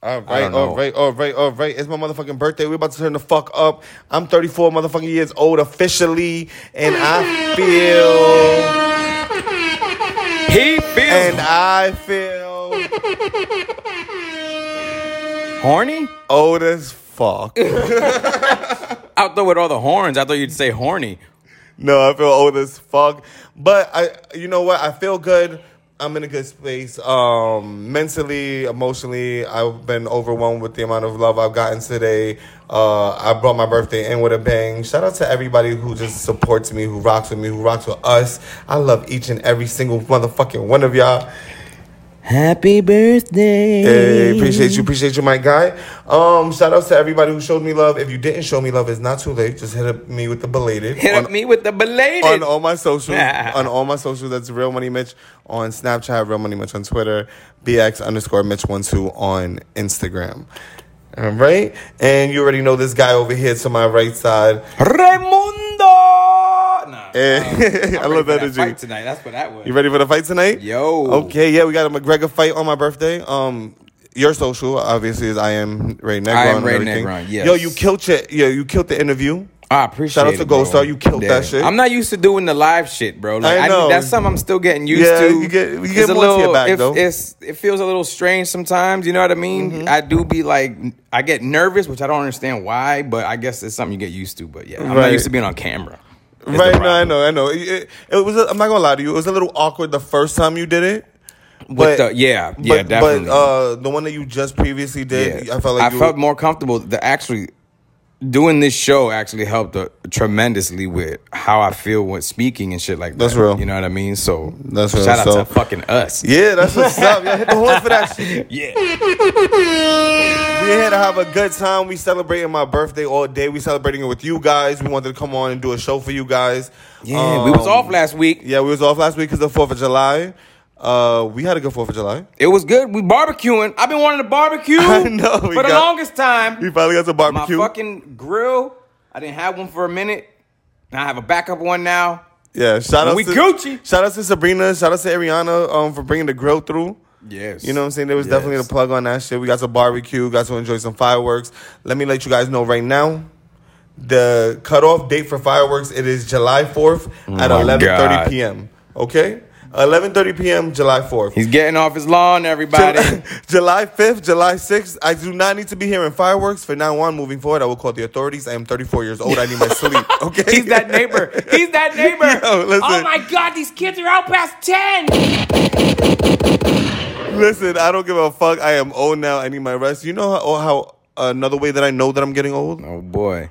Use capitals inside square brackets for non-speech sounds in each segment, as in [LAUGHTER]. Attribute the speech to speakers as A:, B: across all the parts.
A: All right, all right, all right, all right. It's my motherfucking birthday. We're about to turn the fuck up. I'm 34 motherfucking years old officially, and I feel,
B: He feels
A: and I feel
B: horny?
A: old as fuck.
B: Out there with all the horns. I thought you'd say horny.
A: No, I feel old as fuck. But I, you know what? I feel good. I'm in a good space, um, mentally, emotionally. I've been overwhelmed with the amount of love I've gotten today. Uh, I brought my birthday in with a bang. Shout out to everybody who just supports me, who rocks with me, who rocks with us. I love each and every single motherfucking one of y'all.
B: Happy birthday.
A: Hey, appreciate you, appreciate you, my guy. Um, shout outs to everybody who showed me love. If you didn't show me love, it's not too late. Just hit up me with the belated
B: Hit
A: on
B: up me with the
A: on
B: belated.
A: all my
B: [LAUGHS]
A: socials. on all my socials, that's Real Money Mitch on Snapchat, Real Money Mitch on Twitter, BX underscore Mitch one two on Instagram. All right, and you already know this guy over here to my right side.
B: Raimundo. Nah,
A: Eh,
B: [LAUGHS] I'm
A: I
B: ready
A: love
B: for
A: that
B: that fight
A: energy.
B: tonight. That's what that was.
A: You ready for the fight tonight?
B: Yo.
A: Okay, yeah, we got a McGregor fight on my birthday. Um, your social obviously is I am Ray Negron.
B: I Am
A: and
B: Ray
A: everything.
B: Negron, yes.
A: Yo, you killed your, yo, you killed the interview.
B: I appreciate
A: Shout out
B: it,
A: to Gold
B: bro.
A: Star. You killed that shit.
B: I'm not used to doing the live shit, bro. Like,
A: I
B: I
A: know.
B: that's something I'm still getting used
A: Yeah,
B: to.
A: you get- you
B: It's
A: get
B: a
A: more to your
B: little-
A: bag,
B: if-
A: though. Mm-hmm.
B: It's, it feels a little strange sometimes. You know what I mean? I do be like, I get nervous, which I don't understand why, but I guess it's something you get used to. But yeah, I'm
A: Right.
B: not used to being on camera. It's the
A: Right, no, I
B: problem.
A: know, I know. It, it, it was. A, I'm not gonna lie to you. It was a little awkward the first time you did it.
B: With the- yeah, yeah,
A: but,
B: definitely.
A: But uh, the one that you just previously did,
B: Yeah.
A: I felt like
B: I
A: you,
B: felt more comfortable. The actually doing this show actually helped uh, tremendously with how I feel when speaking and shit like that.
A: That's real.
B: You know what I mean? So
A: That's real.
B: shout out
A: So-
B: to fucking us.
A: Yeah, that's
B: [LAUGHS]
A: what's up. Y'all hit the horn for that shit.
B: yeah.
A: We're here to have a good time. We celebrating my birthday all day. We celebrating it with you guys. We wanted to come on and do a show for you guys.
B: Yeah, we was
A: Um,
B: off last week.
A: Yeah, we was off last week because of Fourth of July. Uh, we had a good Fourth of July.
B: It was good. We barbecuing. I've been wanting to
A: [LAUGHS]
B: barbecue
A: I know, we
B: for the
A: got-
B: longest time.
A: We finally got some
B: My
A: barbecue.
B: fucking grill. I didn't have one for a minute. Now I have a backup one now.
A: yeah, shout out
B: We
A: to
B: Gucci.
A: Shout out to Sabrina. Shout out to Ariana um, for bringing the grill through.
B: Yes.
A: You know what I'm saying? There was definitely a plug on that shit. We got to barbecue, got to enjoy some fireworks. Let me let you guys know right now. The cutoff date for fireworks it is July 4th at
B: Oh my
A: 11:30
B: God.
A: p.m. Okay, 11:30 p.m. July 4th.
B: He's getting off his lawn, everybody.
A: [LAUGHS] July, July 5th, July 6th. I do not need to be hearing fireworks from now on. Moving forward, I will call the authorities. I am 34 years old. I
B: [LAUGHS]
A: need my sleep. Okay,
B: He's that neighbor. He's [LAUGHS] that neighbor.
A: Yo, listen.
B: oh my god, these kids are out past ten.
A: Listen, I don't give a fuck. I am old now. I need my rest. You know how, how another way that I know that I'm getting old.
B: Oh boy.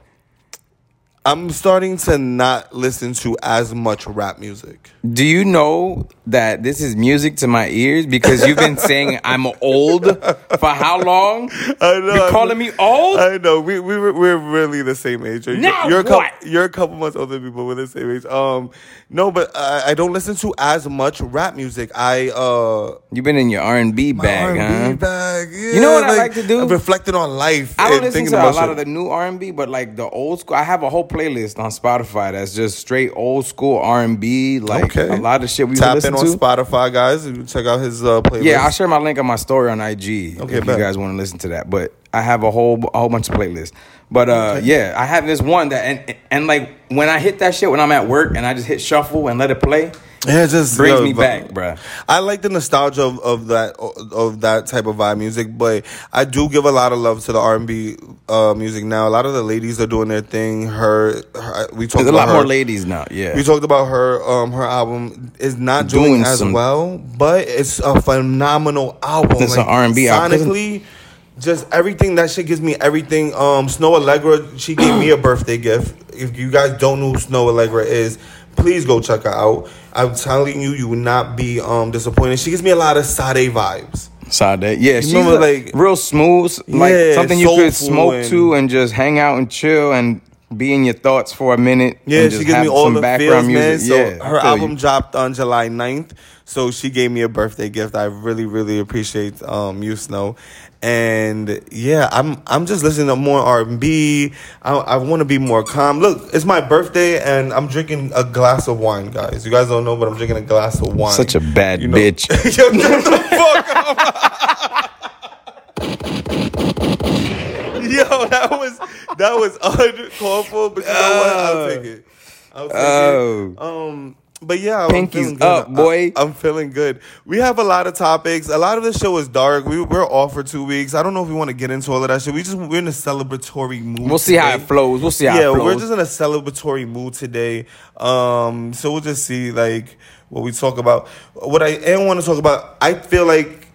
A: I'm starting to not listen to as much rap music.
B: Do you know that this is music to my ears because you've been saying I'm old for how long?
A: I know.
B: You're calling me old?
A: I know. We we were, we're really the same age. You're,
B: Now
A: you're a couple,
B: what?
A: You're a couple months older than people. We're the same age. Um, no, but I, I don't listen to as much rap music. I uh
B: You've been in your R and B bag,
A: R&B
B: huh?
A: bag. Yeah,
B: know what I like to do?
A: I'm reflecting on life.
B: I don't
A: and
B: listen
A: thinking
B: to a
A: about
B: lot
A: shit.
B: of the new R and B, but like the old school, I have a whole playlist on Spotify that's just straight old school R and B, like
A: Okay.
B: a lot of shit we
A: Tap
B: listen
A: in on
B: to.
A: Spotify, guys. You Check out his uh, playlist.
B: yeah, I'll share my link on my story on IG
A: Okay,
B: if
A: bet.
B: you guys want to listen to that. But I have a whole a whole bunch of playlists. But uh, yeah, I have this one that and and like when I hit that shit when I'm at work and I just hit shuffle and let it play,
A: Yeah, it just
B: brings
A: yo,
B: me
A: vi-
B: back, bruh.
A: I like the nostalgia of, of that of that type of vibe music, but I do give a lot of love to the R and B uh, music now. A lot of the ladies are doing their thing. Her, her we talked
B: There's a
A: about
B: lot
A: her.
B: more ladies now. Yeah,
A: We talked about her. Um, her album is not doing,
B: Doing
A: as
B: some-
A: well, but it's a phenomenal album.
B: It's an R&B album.
A: Sonically, just everything. That shit gives me everything. Um, Snow Allegra. She gave
B: [CLEARS THROAT]
A: me a birthday gift. If you guys don't know who Snow Allegra is, please go check her out. I'm telling you, you will not be um disappointed. She gives me a lot of Sade vibes.
B: Side that. Yeah, she's
A: remember,
B: like
A: like-
B: real smooth, like
A: Yeah,
B: something you could
A: soulful
B: smoke
A: and-
B: to and just hang out and chill and be in your thoughts for a minute.
A: Yeah,
B: and
A: she
B: just
A: gives me
B: have
A: all
B: some
A: the
B: background
A: feels, man.
B: music.
A: So
B: Yeah, I
A: her
B: feel you.
A: album dropped on July 9th. So she gave me a birthday gift. I really, really appreciate um, you, Snow. And yeah, I'm I'm just listening to more R and B. I I want to be more calm. Look, it's my birthday, and I'm drinking a glass of wine, guys. You guys don't know, but I'm drinking a glass of wine.
B: Such a bad
A: You know-
B: bitch.
A: [LAUGHS] Yo, shut the fuck up. [LAUGHS] Yo, that was that was uncalled for, but you know what? I'll take it. I'll take
B: Oh.
A: it. Um, but yeah, I'm
B: Pinkies
A: feeling good.
B: up,
A: I-
B: boy.
A: I'm feeling good. We have a lot of topics. A lot of the show is dark. We we're off for two weeks. I don't know if we want to get into all of that shit. We just we're in a celebratory mood.
B: We'll see how it
A: today.
B: flows. We'll see how
A: Yeah,
B: it flows.
A: we're just in a celebratory mood today. Um, so we'll just see like what we talk about. What I am want to talk about, I feel like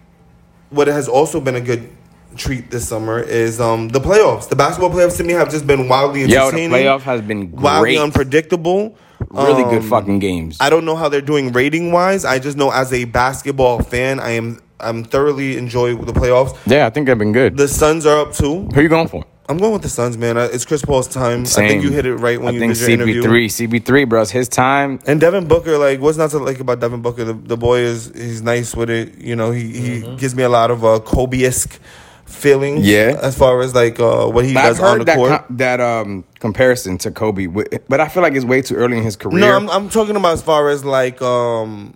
A: what has also been a good treat this summer is um the playoffs. The basketball playoffs to me have just been wildly
B: Yo, the
A: entertaining.
B: playoff has been
A: wildly
B: great.
A: unpredictable.
B: really
A: Um,
B: good fucking games.
A: I don't know how they're doing rating wise. I just know as a basketball fan, I am I'm thoroughly enjoy the playoffs.
B: yeah, I think they've been good.
A: The Suns are up too.
B: Who you going for?
A: I'm going with the Suns, man. I- It's Chris Paul's time. I
B: Same.
A: think you hit it right when
B: I
A: you
B: think
A: did your
B: CP3,
A: interview.
B: CP3, bro. It's his time.
A: And Devin Booker, like, what's not to like about Devin Booker? The, the boy is he's nice with it. You know, he, he gives me a lot of uh, Kobe-esque feelings.
B: Yeah.
A: as far as like uh, what he
B: But I've
A: does on
B: heard
A: the
B: that
A: court.
B: com- that um comparison to Kobe, wi- but I feel like it's way too early in his career.
A: no, I'm, I'm talking about as far as like um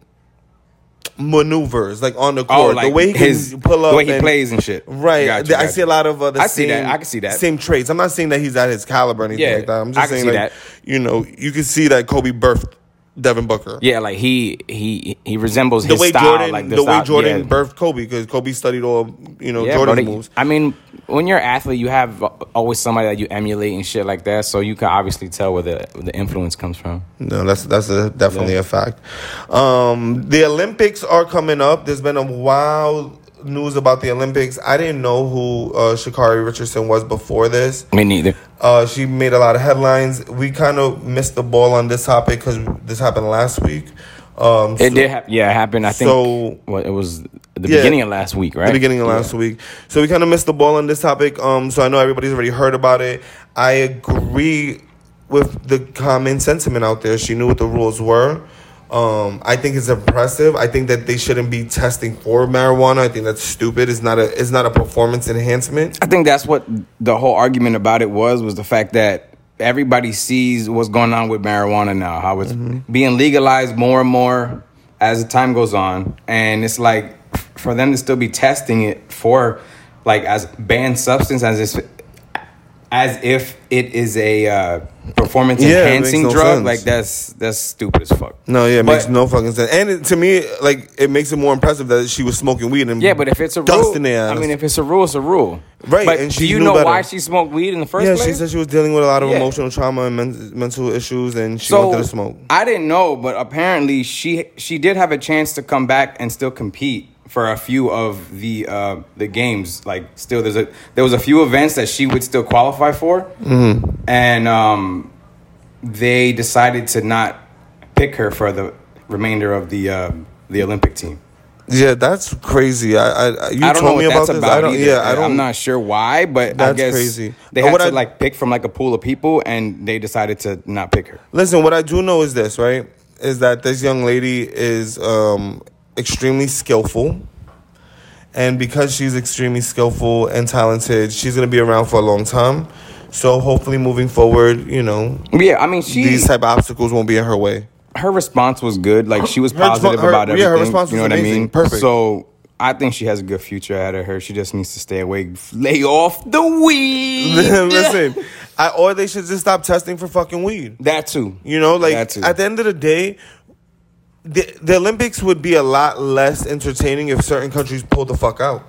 A: maneuvers, like on the court, the way he can
B: Oh, his-
A: pull up,
B: the way he
A: and-
B: plays and shit.
A: Right,
B: Gotcha,
A: I
B: gotcha.
A: see a lot of uh, the
B: I see
A: same.
B: that. I can see that.
A: Same traits. I'm not saying that he's at his caliber or anything
B: Yeah,
A: like that. I'm
B: I
A: just
B: can
A: saying
B: see
A: like
B: that.
A: you know you can see that Kobe birthed Devin Booker.
B: Yeah, like he he he resembles
A: the
B: his
A: way
B: style,
A: Jordan,
B: like
A: the,
B: style-
A: way Jordan
B: yeah.
A: birthed Kobe, because Kobe studied all you know
B: Yeah, bro,
A: Jordan's
B: they-
A: moves.
B: I mean, when you're an athlete, you have always somebody that you emulate and shit like that, so you can obviously tell where the where the influence comes from.
A: No, that's that's a, definitely a fact. Um, the Olympics are coming up. There's been a wild news about the Olympics. I didn't know who uh, Shakari Richardson was before this.
B: Me neither.
A: Uh, she made a lot of headlines. We kind of missed the ball on this topic because this happened last week. Um,
B: It did happen. Yeah, it happened. I think
A: So-
B: well, it was the
A: Yeah.
B: beginning of last week, right?
A: the beginning of last week. So we kind of missed the ball on this topic. Um, so I know everybody's already heard about it. I agree with the common sentiment out there. She knew what the rules were. Um, I think it's impressive. I think that they shouldn't be testing for marijuana. I think that's stupid. It's not a it's not a performance enhancement.
B: I think that's what the whole argument about it was was the fact that everybody sees what's going on with marijuana now, how it's
A: Mm-hmm.
B: being legalized more and more as the time goes on, and it's like for them to still be testing it for like as banned substance as if as if it is a uh, performance
A: Yeah, it
B: enhancing
A: makes no
B: drug
A: sense.
B: like that's that's stupid as fuck.
A: No, yeah, it
B: But-
A: makes no fucking sense. And it, to me, like it makes it more impressive that she was smoking weed and
B: Yeah, but if it's a
A: dust
B: rule,
A: in their
B: I
A: eyes.
B: mean, if it's a rule, it's a rule.
A: Right,
B: But
A: and
B: do
A: she
B: you
A: knew
B: know why
A: better.
B: she smoked weed in the first
A: yeah,
B: place?
A: she said she was dealing with a lot of
B: Yeah.
A: emotional trauma and men- mental issues, and she wanted to smoke.
B: I didn't know, but apparently she she did have a chance to come back and still compete for a few of the uh, the games. Like still, there's a there was a few events that she would still qualify for,
A: Mm-hmm.
B: and um, they decided to not pick her for the remainder of the uh, the Olympic team.
A: Yeah, that's crazy. I, I I- you
B: I don't know
A: told
B: what
A: me about
B: that's
A: this.
B: about.
A: I don't.
B: either.
A: Yeah, I don't.
B: I'm not sure why, but I
A: That's
B: guess
A: crazy.
B: they
A: And
B: had
A: what
B: to
A: I-
B: like pick from like a pool of people, and they decided to not pick her.
A: Listen, what I do know is this, right? Is that this young lady is um, extremely skillful, and because she's extremely skillful and talented, she's gonna be around for a long time. So hopefully, moving forward, you know,
B: Yeah, I mean she
A: these type of obstacles won't be in her way. [LAUGHS]
B: her response was good. Like she was
A: Her- her-
B: positive
A: her-
B: about
A: yeah, her
B: everything.
A: response
B: you know
A: was
B: what I
A: amazing.
B: mean?
A: Perfect.
B: So I think she has a good future ahead of her. She just needs to stay away, lay off the weed.
A: [LAUGHS] Listen, I, or they should just stop testing for fucking weed.
B: that too.
A: You know, like
B: That too.
A: at the end of the day, the, the Olympics would be a lot less entertaining if certain countries pulled the fuck out.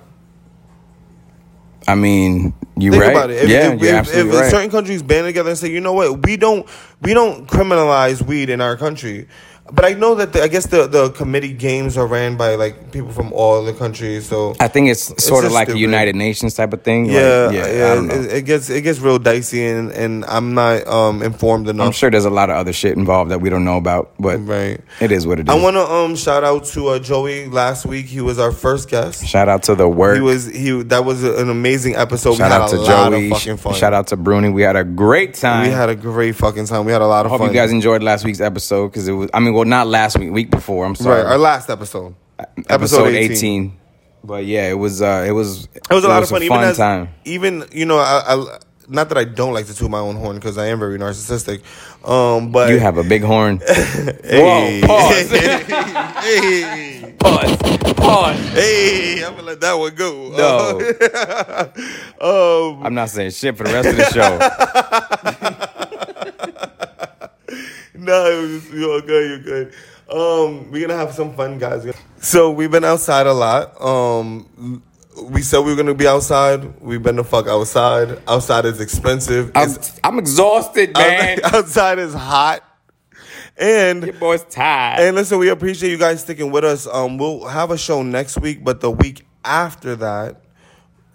B: I mean, you
A: Think
B: right?
A: about it. If,
B: yeah,
A: if,
B: you're
A: if-
B: absolutely
A: if
B: right.
A: certain countries band together and say, you know what, we don't we don't criminalize weed in our country. But I know that the, I guess the, the committee games are ran by like people from all the countries. So
B: I think it's sort of
A: just
B: like
A: stupid.
B: a United Nations type of thing. Like,
A: yeah,
B: yeah,
A: yeah,
B: I don't know.
A: it, it gets it gets real dicey, and, and I'm not um informed enough.
B: I'm sure there's a lot of other shit involved that we don't know about, but
A: Right.
B: it is what it is.
A: I want to um shout out to uh, Joey. Last week he was our first guest.
B: Shout out to the work.
A: He was he that was an amazing episode.
B: Shout
A: we had
B: out
A: a
B: to
A: lot
B: Joey.
A: of fucking fun.
B: Shout out to Bruni. We had a great time.
A: We had a great fucking time. We had a lot of
B: Hope
A: fun.
B: you guys enjoyed last week's episode because it was. I mean, well, not last week, week before. I'm sorry.
A: right, our last episode.
B: But yeah, it was. uh It was.
A: It was a lot of fun.
B: A
A: even
B: fun
A: as,
B: time.
A: Even you know, I, I not that I don't like to toot my own horn because I am very narcissistic. Um, but
B: You have a big
A: [LAUGHS]
B: horn.
A: hey.
B: Whoa, pause.
A: [LAUGHS]
B: [LAUGHS]
A: hey,
B: pause. Pause.
A: hey, I'm gonna let that one go.
B: No,
A: [LAUGHS] Um,
B: I'm not saying shit for the rest of the
A: [LAUGHS]
B: show.
A: no, it was- you're good. You're good. Um, we're gonna have some fun, guys. So we've been outside a lot. Um, we said we were gonna be outside. We've been the fuck outside. Outside is expensive.
B: I'm,
A: It's- [LAUGHS]
B: I'm exhausted, man.
A: outside is hot. And
B: Your boy's tired.
A: And listen, we appreciate you guys sticking with us. Um, we'll have a show next week, but the week after that,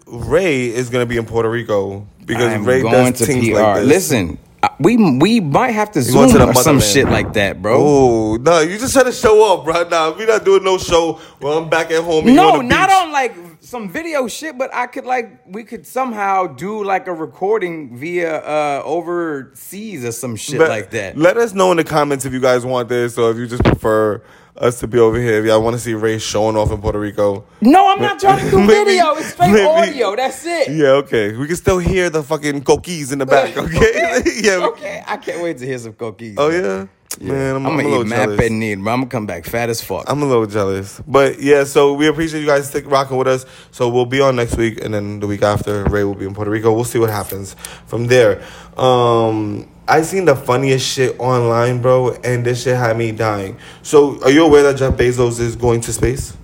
A: Ray is gonna be in Puerto Rico because
B: I'm
A: Ray
B: going
A: does
B: to
A: things
B: PR.
A: like this.
B: Listen, I- we we might have to
A: going
B: zoom
A: to the
B: or some
A: motherland.
B: shit like that, bro.
A: Oh no! You just had to show up, bro. Nah, we not doing no show. Well, I'm back at home. and you
B: no,
A: the
B: not
A: beach.
B: on like some video shit, but I could like we could somehow do like a recording via uh overseas or some shit
A: But
B: like that.
A: Let us know in the comments if you guys want this, or if you just prefer us to be over here. If y'all want to see Ray showing off in Puerto Rico.
B: no, I'm not trying to
A: [LAUGHS]
B: do
A: Maybe-
B: video. It's fake
A: maybe-
B: audio. That's it.
A: Yeah, okay. We can still hear the fucking coquis in the
B: [LAUGHS]
A: back. Okay, [LAUGHS] yeah. we-
B: Okay, I can't wait to hear some cookies.
A: Oh yeah, man. I'm,
B: I'm,
A: I'm a
B: gonna
A: little
B: eat mad
A: jealous.
B: penny, but I'm gonna come back fat as fuck.
A: I'm a little jealous, but yeah. So we appreciate you guys stick rocking with us. So we'll be on next week, and then the week after, Ray will be in Puerto Rico. We'll see what happens from there. Um, I seen the funniest shit online, bro, and this shit had me dying. So are you aware that Jeff Bezos is going to space?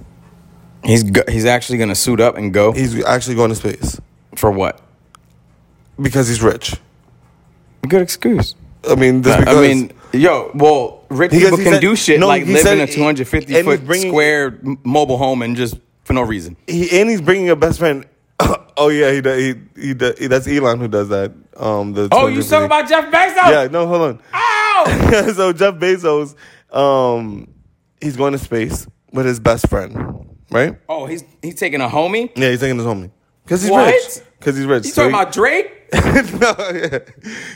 B: he's go- he's actually gonna suit up and go
A: He's actually going to space
B: for what?
A: because he's rich.
B: Good excuse.
A: I mean, this because
B: I mean, yo, well, rich
A: Because
B: people
A: he
B: can
A: said-
B: do shit
A: no,
B: like
A: he
B: live
A: said
B: in a
A: he-
B: 250
A: and he's
B: foot
A: bringing-
B: square m- mobile home and just for no reason.
A: he and he's bringing a best friend. [COUGHS] oh yeah, he do- he he, do- he that's Elon who does that. Um, the
B: Oh, you talking about Jeff Bezos?
A: Yeah, no, hold on.
B: Ow!
A: [LAUGHS] so Jeff Bezos, um, he's going to space with his best friend, right?
B: Oh, he's he's taking a homie.
A: Yeah, he's taking his homie because he's
B: What?
A: rich. Because he's rich.
B: You talking about Drake?
A: [LAUGHS] no, yeah.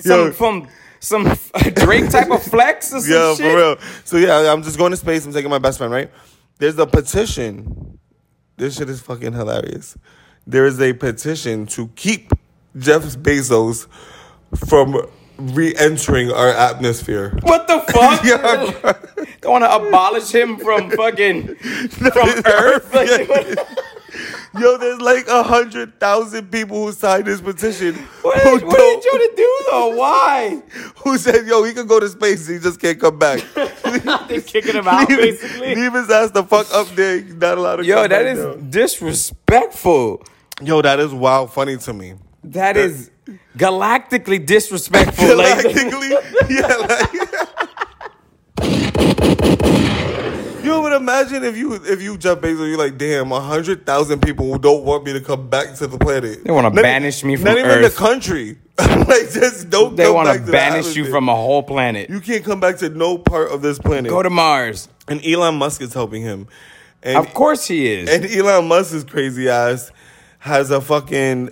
B: Some
A: Yo,
B: from some [LAUGHS] Drake type of flex or some
A: yeah,
B: shit?
A: for real. So yeah, I'm just going to space. I'm taking my best friend, right? There's a petition. This shit is fucking hilarious. There is a petition to keep Jeff Bezos from re-entering our atmosphere.
B: What the fuck? [LAUGHS]
A: [LAUGHS] Yeah,
B: Don't want to abolish him from fucking [LAUGHS]
A: [LAUGHS]
B: from Earth. Like,
A: Yeah.
B: what-
A: [LAUGHS] Yo, there's like a hundred thousand people who signed this petition
B: What,
A: who,
B: did, what did
A: don't-
B: you do though? Why?
A: who said, "Yo, he can go to space, he just can't come back."
B: [LAUGHS]
A: [LAUGHS]
B: They're kicking him out
A: Leave-
B: basically.
A: leave his ass the fuck up there. He's Not allowed to.
B: Yo,
A: come
B: that
A: back
B: is
A: down.
B: disrespectful.
A: Yo, that is wild, funny to me.
B: That is galactically
A: [LAUGHS]
B: disrespectful. Like,
A: Galactically, yeah. Like, [LAUGHS] Yo, but imagine if you if you Jeff Bezos, you're like, damn, a hundred thousand people who don't want me to come back to the planet.
B: They wanna
A: Not e-
B: banish me from
A: not even the
B: Earth.
A: country. [LAUGHS] like, just don't.
B: they
A: come
B: want
A: back
B: to
A: the
B: banish you
A: atmosphere.
B: from a whole planet.
A: You can't come back to no part of this planet.
B: Go to Mars.
A: and Elon Musk is helping him. And
B: Of course he is.
A: and Elon Musk's crazy ass has a fucking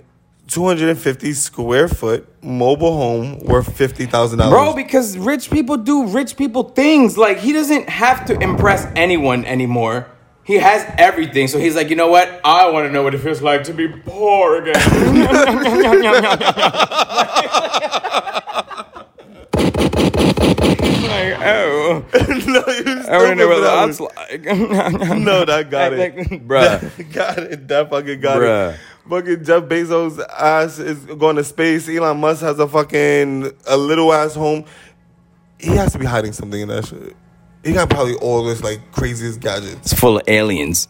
A: 250 square foot mobile home worth fifty thousand
B: Bro,
A: dollars.
B: because rich people do rich people things. Like he doesn't have to impress anyone anymore. He has everything. So he's like, you know what? I want to know what it feels like to be poor
A: [LAUGHS]
B: [LAUGHS] again. Like, oh,
A: [LAUGHS] no, you're
B: I want to know what that's
A: like.
B: like. [LAUGHS]
A: No, that got
B: Like, [LAUGHS]
A: it, [LAUGHS]
B: bruh.
A: That got it. That fucking got
B: Bruh.
A: it. Fucking Jeff Bezos ass is going to space. Elon Musk has a fucking a little ass home. He has to be hiding something in that shit. He got probably all this like craziest gadgets.
B: It's full of aliens.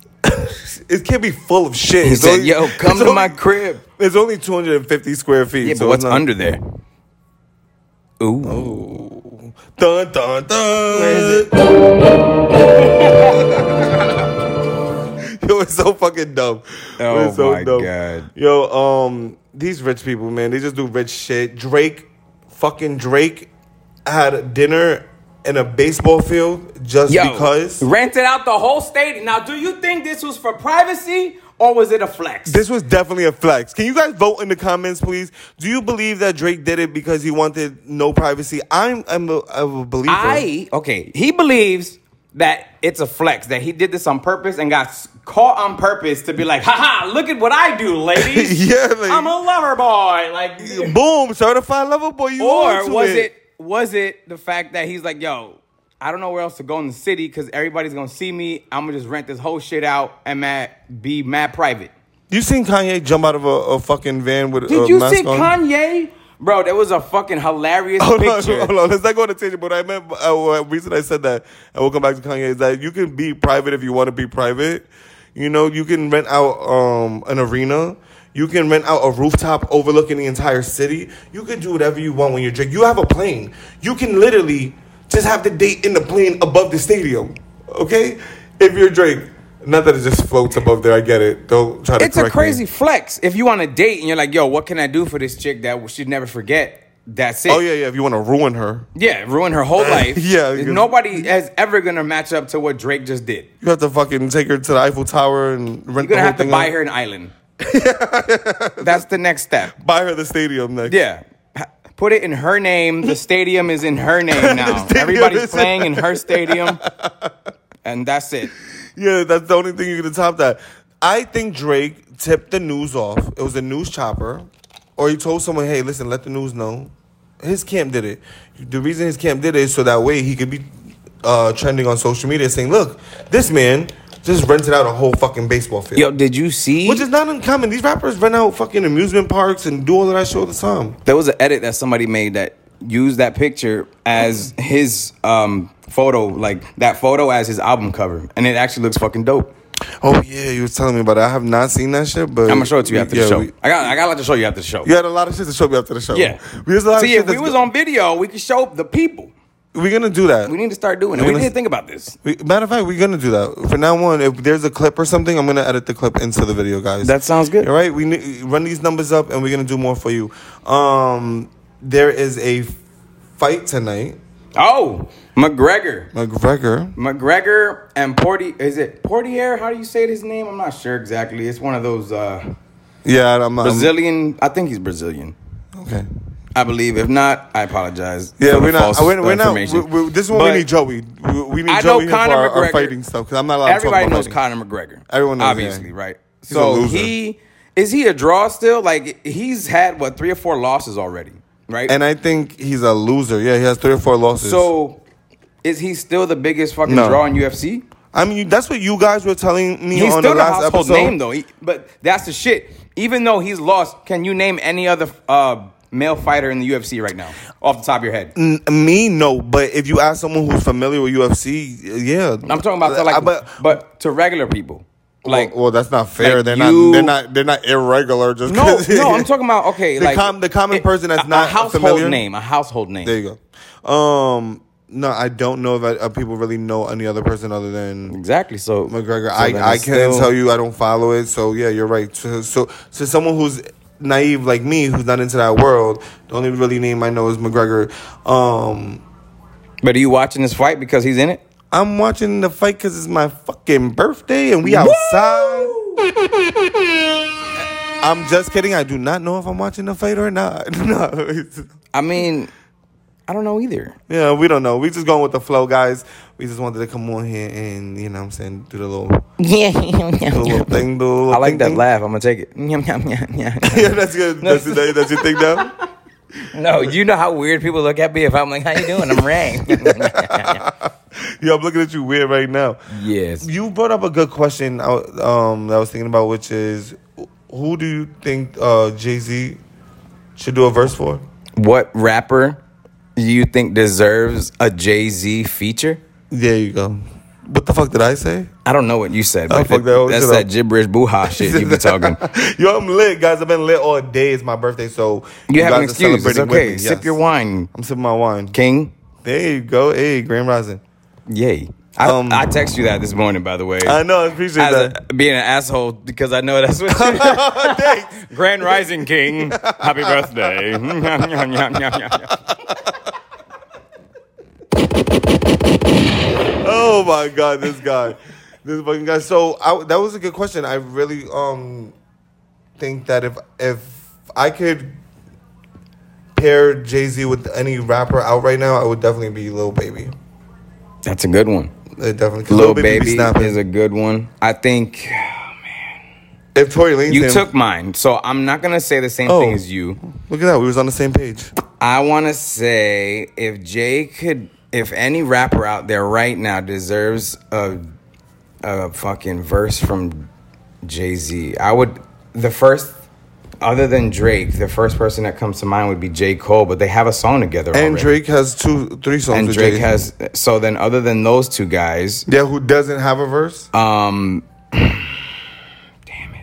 A: It can't be full of shit.
B: He
A: It's
B: said,
A: only-
B: "Yo, come
A: it's
B: to
A: only-
B: my crib."
A: It's only 250 square feet.
B: Yeah,
A: so
B: but
A: it's
B: what's
A: not-
B: under there? Ooh.
A: Dun, Dun dun dun.
B: Where is
A: [LAUGHS] Yo, it's so fucking dumb.
B: Oh
A: it's so
B: my God.
A: Yo, um, these rich people, man, they just do rich shit. Drake, fucking Drake, had dinner in a baseball field just
B: Yo,
A: because.
B: rented out the whole stadium. Now, do you think this was for privacy or was it a flex?
A: This was definitely a flex. Can you guys vote in the comments, please? Do you believe that Drake did it because he wanted no privacy? I'm, I'm a, I'm a believer.
B: I okay. He believes that it's a flex that he did this on purpose and got s- caught on purpose to be like, haha, look at what I do, ladies.
A: [LAUGHS] [LAUGHS] Yeah, like-
B: I'm a lover boy.
A: [LAUGHS]
B: Like,
A: Boom, certified lover boy. You on
B: or
A: to
B: was it. was it the fact that he's like, yo, I don't know where else to go in the city because everybody's gonna see me. I'm gonna just rent this whole shit out and mad, be mad private.
A: You seen Kanye jump out of a, a fucking van with
B: Did
A: a
B: you
A: mask
B: see
A: on?
B: Kanye? Bro, that was a fucking hilarious
A: Hold on,
B: picture.
A: hold on. Let's not go on a tangent. But I meant uh, well, reason I said that, and we'll come back to Kanye is that you can be private if you want to be private. You know, you can rent out um, an arena. You can rent out a rooftop overlooking the entire city. You can do whatever you want when you're drinking. You have a plane. You can literally just have the date in the plane above the stadium. Okay, if you're Drake. Not that it just floats above there. I get it. Don't try to.
B: It's a
A: correct me.
B: crazy flex. If you want to date and you're like, yo, what can I do for this chick that she'd never forget? That's it.
A: Oh yeah, yeah. If you want to ruin her,
B: Yeah, ruin
A: [LAUGHS]
B: her whole life.
A: Yeah, because-
B: Nobody is ever going to match up to what Drake just did.
A: you have to fucking take her to the Eiffel Tower and rent.
B: You're going
A: the
B: to
A: whole
B: have to
A: thing
B: buy
A: out.
B: her
A: [LAUGHS]
B: an island. That's the next step.
A: buy her the stadium next.
B: Yeah. Ha- Put it in her name. The stadium is in
A: [LAUGHS]
B: her name now.
A: stadium
B: Everybody's
A: is-
B: playing
A: [LAUGHS]
B: in her stadium. And that's it.
A: yeah, that's the only thing you can top that. I think Drake tipped the news off. It was a news chopper, or he told someone, "Hey, listen, let the news know." His camp did it. The reason his camp did it is so that way he could be uh, trending on social media, saying, "Look, this man just rented out a whole fucking baseball field."
B: Yo, did you see?
A: Which is not uncommon. These rappers rent out fucking amusement parks and do all of that shit all the time.
B: There was an edit that somebody made that used that picture as his um, photo, like that photo as his album cover, and it actually looks fucking dope.
A: Oh yeah, you was telling me about it. I have not seen that shit, but
B: I'm gonna show it to you after
A: yeah,
B: the show.
A: we-
B: I got, I got a lot to show you after the show.
A: you had a lot of shit to show me after the show.
B: Yeah.
A: there's a lot of
B: See,
A: shit
B: if we
A: that's-
B: was on video, we could show the people.
A: We're gonna do that.
B: We need to start doing it.
A: We're
B: We
A: gonna-
B: need to think about this.
A: We, matter of fact, we're gonna do that from now on. If there's a clip or something, I'm gonna edit the clip into the video, guys.
B: That sounds good.
A: All right, we ne- run these numbers up, and we're gonna do more for you. Um, there is a fight tonight.
B: Oh, McGregor,
A: McGregor.
B: McGregor and Porty. Is it Portier? How do you say his name? I'm not sure exactly. It's one of those uh,
A: Yeah, I'm, I'm
B: Brazilian. I think he's Brazilian.
A: Okay.
B: I believe. If not, I apologize.
A: Yeah,
B: for the
A: we're not.
B: false,
A: We're,
B: uh,
A: we're not. we
B: information.
A: we this one
B: But-
A: we need Joey. We, we need
B: I know
A: Joey here for
B: Conor
A: our, our
B: McGregor-
A: fighting stuff because I'm not allowed
B: Everybody
A: to talk
B: knows
A: about fighting.
B: Conor McGregor.
A: Everyone knows,
B: obviously,
A: yeah.
B: right?
A: He's a
B: so
A: loser.
B: he is he a draw still? Like he's had what three or four losses already, right?
A: And I think he's a loser. Yeah, he has three or four losses.
B: so is he still the biggest fucking
A: No.
B: draw in UFC?
A: I mean, that's what you guys were telling me
B: He's
A: on
B: still
A: the
B: the
A: last
B: household
A: episode.
B: name though. He- but that's the shit. Even though he's lost, can you name any other uh, male fighter in the UFC right now off the top of your head?
A: N- Me, no. But if you ask someone who's familiar with UFC, yeah,
B: I'm talking about the,
A: I-
B: like,
A: Uh, but
B: but, to regular people, like
A: well, well, that's not fair.
B: like
A: they're not.
B: you-
A: They're not. They're not irregular. Just
B: No,
A: 'cause- [LAUGHS]
B: no, I'm talking about okay,
A: The
B: like
A: com- the common person that's
B: a-
A: not
B: a household
A: familiar?
B: name, a household name.
A: There you go. Um, no, I don't know that uh, people really know any other person other than
B: Exactly. So
A: McGregor.
B: so then
A: I I
B: it's
A: can't
B: still-
A: tell you. I don't follow it. So yeah, you're right. So so, so someone who's naive like me, who's not into that world, the only really name I know is McGregor. Um.
B: But are you watching this fight because he's in it?
A: I'm watching the fight because it's my fucking birthday and we outside. I'm just kidding. I do not know if I'm watching the fight or not. [LAUGHS] no. it's-
B: I mean, I don't know either.
A: Yeah, we don't know. We just going with the flow, guys. We just wanted to come on here and, you know what I'm saying, do the little, do
C: Yeah.
A: the
B: [LAUGHS]
A: little thing. Do the little
B: I like
A: thing,
B: that
A: thing.
B: laugh. I'm gonna take it. Nyam, nyam, nyam, nyam.
A: [LAUGHS]
B: [LAUGHS]
A: yeah, that's good. That's, that, [LAUGHS] that's your thing now?
B: no, you know how weird people look at me if I'm like, "How you doing?" I'm Ray.
A: Yo, I'm looking at you weird right now.
B: [LAUGHS] yes.
A: You brought up a good question I, um, that I was thinking about, which is who do you think uh, Jay Z should do a verse for?
B: What rapper do you think deserves a Jay Z feature?
A: There you go. What the fuck did I say?
B: I don't know what you said. but
A: fuck that whole
B: that's
A: shit
B: that
A: up. [LAUGHS]
B: gibberish booha shit you be talking.
A: Yo, I'm lit, guys. I've been lit all day. It's my birthday, so
B: You
A: guys
B: have an
A: are
B: excuse. It's
A: celebrating with
B: okay.
A: me.
B: Sip
A: Yes.
B: your wine,
A: I'm sipping my wine.
B: King.
A: There you go. Hey, Grand Rising.
B: Yay. I,
A: Um,
B: I text you that this morning, by the way.
A: I know. I appreciate
B: As
A: that. [LAUGHS]
B: a, being an asshole because I know that's what you
A: Thanks.
B: Grand Rising King. Happy birthday.
A: [LAUGHS]
B: [LAUGHS]
A: Oh my god, this guy, this fucking guy. So I, that was a good question. I really um think that if if I could pair Jay Z with any rapper out right now, I would definitely be Lil Baby.
B: that's a good one.
A: It definitely 'cause
B: Little Baby,
A: be snapping.
B: is a good one. I think
A: if Tory Lanez,
B: you
A: didn't-
B: took mine, so I'm not gonna say the same
A: Oh.
B: thing as you.
A: Look at that. We was on the same page.
B: I want to say if Jay could, if any rapper out there right now deserves a a fucking verse from Jay Z, I would. The first, other than Drake, the first person that comes to mind would be J Cole, but they have a song together.
A: And
B: already.
A: Drake has two, three songs.
B: and
A: with
B: Drake
A: Jay-Z.
B: has. So then, other than those two guys,
A: Yeah, who doesn't have a verse?
B: um, damn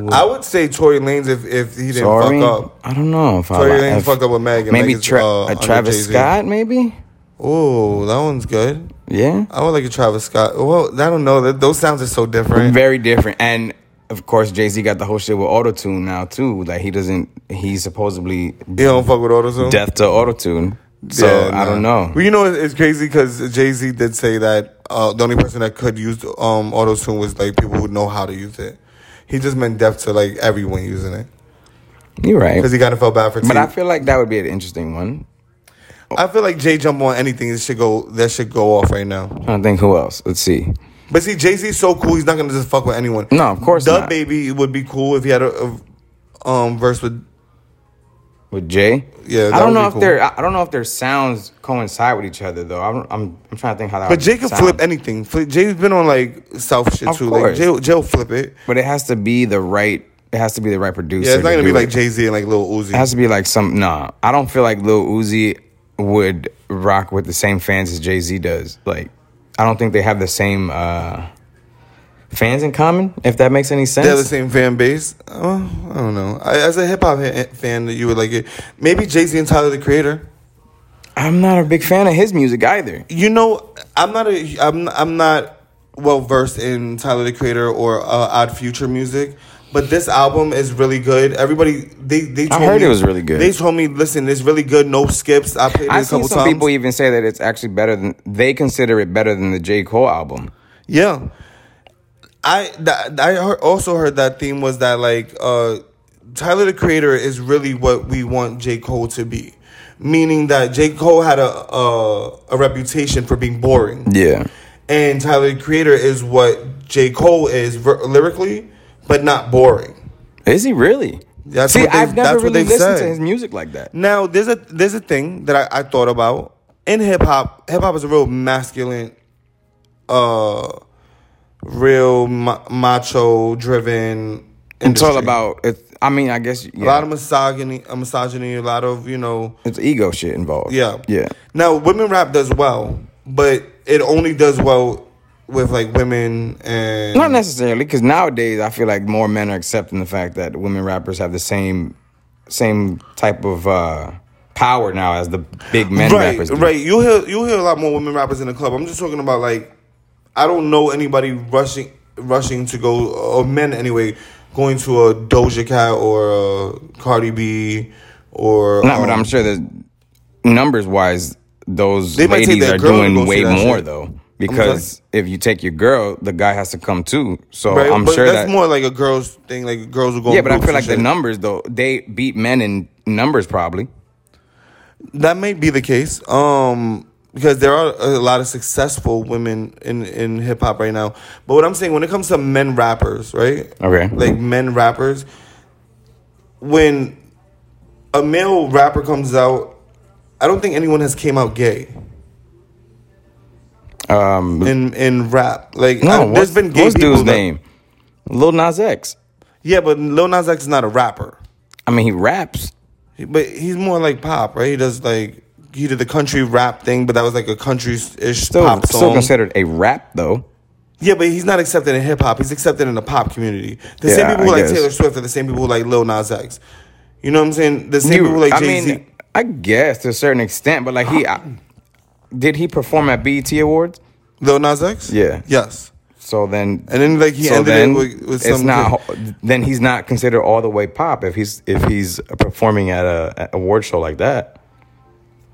B: it,
A: I would say Tory Lanez if, if he didn't
B: sorry,
A: fuck up.
B: I don't know if
A: Tory
B: I
A: Lanez
B: if-
A: fucked up with Megan.
B: Maybe
A: Megan's,
B: Tra-
A: uh,
B: a
A: under
B: Travis
A: Jay-Z.
B: Scott, maybe.
A: Oh, that one's good.
B: Yeah,
A: I would like a Travis Scott. Well, I don't know. Th- Those sounds are so different.
B: Very different. And of course, Jay Z got the whole shit with auto tune now too. Like he doesn't. He's supposedly
A: You don't fuck with autotune.
B: death to auto tune. So
A: Yeah,
B: I don't
A: nah.
B: know.
A: Well, you know, it- it's crazy because Jay Z did say that uh, the only person that could use um, autotune was like people who know how to use it. He just meant deaf to like everyone using it
B: You're right.
A: because he kind of felt bad for.
B: But
A: T.
B: I feel like that would be an interesting one.
A: I feel like Jay jump on anything. This should go. That should go off right now.
B: I don't think who else. Let's see.
A: But see, Jay Z's so cool. He's not gonna just fuck with anyone.
B: No, of course
A: Dub
B: not.
A: Baby would be cool if he had a, a um verse with.
B: With Jay.
A: Yeah, that
B: I don't
A: would
B: know
A: be
B: if
A: cool.
B: their I I don't know if their sounds coincide with each other though. I'm I'm, I'm trying to think how that.
A: But
B: would
A: Jay could
B: sound.
A: flip anything. Flip, Jay's been on like South shit
B: Of
A: too.
B: course.
A: Like Jay, Jay'll flip it.
B: But it has to be the right. It has to be the right producer.
A: Yeah, it's not
B: to
A: gonna
B: do
A: be
B: it.
A: like Jay Z and like Lil Uzi.
B: It has to be like some nah. I don't feel like Lil Uzi would rock with the same fans as Jay Z does. Like, I don't think they have the same uh, fans in common. If that makes any sense.
A: They have the same fan base. Oh, I don't know. I, as a hip hop ha- fan, that you would like it. Maybe Jay Z and Tyler the Creator.
B: I'm not a big fan of his music either.
A: You know, I'm not a. I'm I'm not well versed in Tyler the Creator or uh, Odd Future music. But this album is really good. Everybody, they they. Told
B: heard
A: me,
B: it was really good.
A: They told me, listen, it's really good. No skips. I played it
B: I've
A: a
B: seen
A: couple
B: some
A: times.
B: people even say that it's actually better than they consider it better than the J Cole album.
A: Yeah, I th- I heard, also heard that theme was that like uh, Tyler the Creator is really what we want J Cole to be, meaning that J Cole had a a, a reputation for being boring,
B: Yeah,
A: and Tyler the Creator is what J Cole is ver- lyrically, but not boring.
B: is he really?
A: That's
B: See,
A: what they've-
B: I've never
A: that's what
B: really
A: they've
B: listened to
A: said.
B: his music like that.
A: Now there's a there's a thing that I, I thought about in hip hop. Hip hop is a real masculine, uh, real ma- macho driven.
B: It's all about. It's, I mean, I guess
A: a
B: yeah,
A: lot of misogyny, uh, misogyny, a lot of you know,
B: it's ego shit involved.
A: yeah,
B: yeah.
A: Now women rap does well, but it only does well with like women and
B: Not necessarily, because nowadays I feel like more men are accepting the fact that women rappers have the same same type of uh, power now as the big men
A: right,
B: rappers. do.
A: right. You hear you hear a lot more women rappers in the club. I'm just talking about like I don't know anybody rushing rushing to go or men anyway going to a Doja Cat or a Cardi B or
B: Not, but
A: um,
B: I'm sure that numbers wise, those
A: They might take
B: ladies
A: that
B: are
A: girl to
B: doing
A: go
B: way
A: see that
B: more
A: shit.
B: though. Because if you take your girl, the guy has to come too. So
A: right?
B: I'm
A: but
B: sure
A: that's
B: that
A: more like a girls thing. Like girls will go.
B: yeah. But I feel like the
A: number
B: numbers though they beat men in numbers probably.
A: that may be the case. Um. Because there are a lot of successful women in, in hip hop right now, but what I'm saying when it comes to men rappers, right?
B: Okay.
A: like men rappers when a male rapper comes out i don't think anyone has came out gay
B: um,
A: in in rap like I-
B: no,
A: there's
B: what's,
A: been gay
B: what's
A: people
B: dude's
A: that-
B: name? Lil Nas X.
A: yeah but lil nas x is not a rapper
B: I mean, he raps.
A: He- but he's more like pop right he does like he did the country rap thing but that was like a country-ish
B: Still,
A: pop
B: still
A: song
B: considered a rap though.
A: yeah but he's not accepted in hip-hop he's accepted in the pop community the
B: Yeah,
A: same people who
B: I
A: like
B: guess.
A: taylor swift are the same people who like lil nas x you know what i'm saying the same
B: You-
A: people who like
B: I
A: jay-z
B: mean, I guess to a certain extent, but like he I, did he perform at BET Awards?
A: Lil Nas X?
B: Yeah.
A: Yes.
B: So then,
A: And then like he
B: so
A: ended
B: then
A: it with, with
B: it's
A: some
B: not. Then he's not considered all the way pop if he's if he's performing at a at award show like that.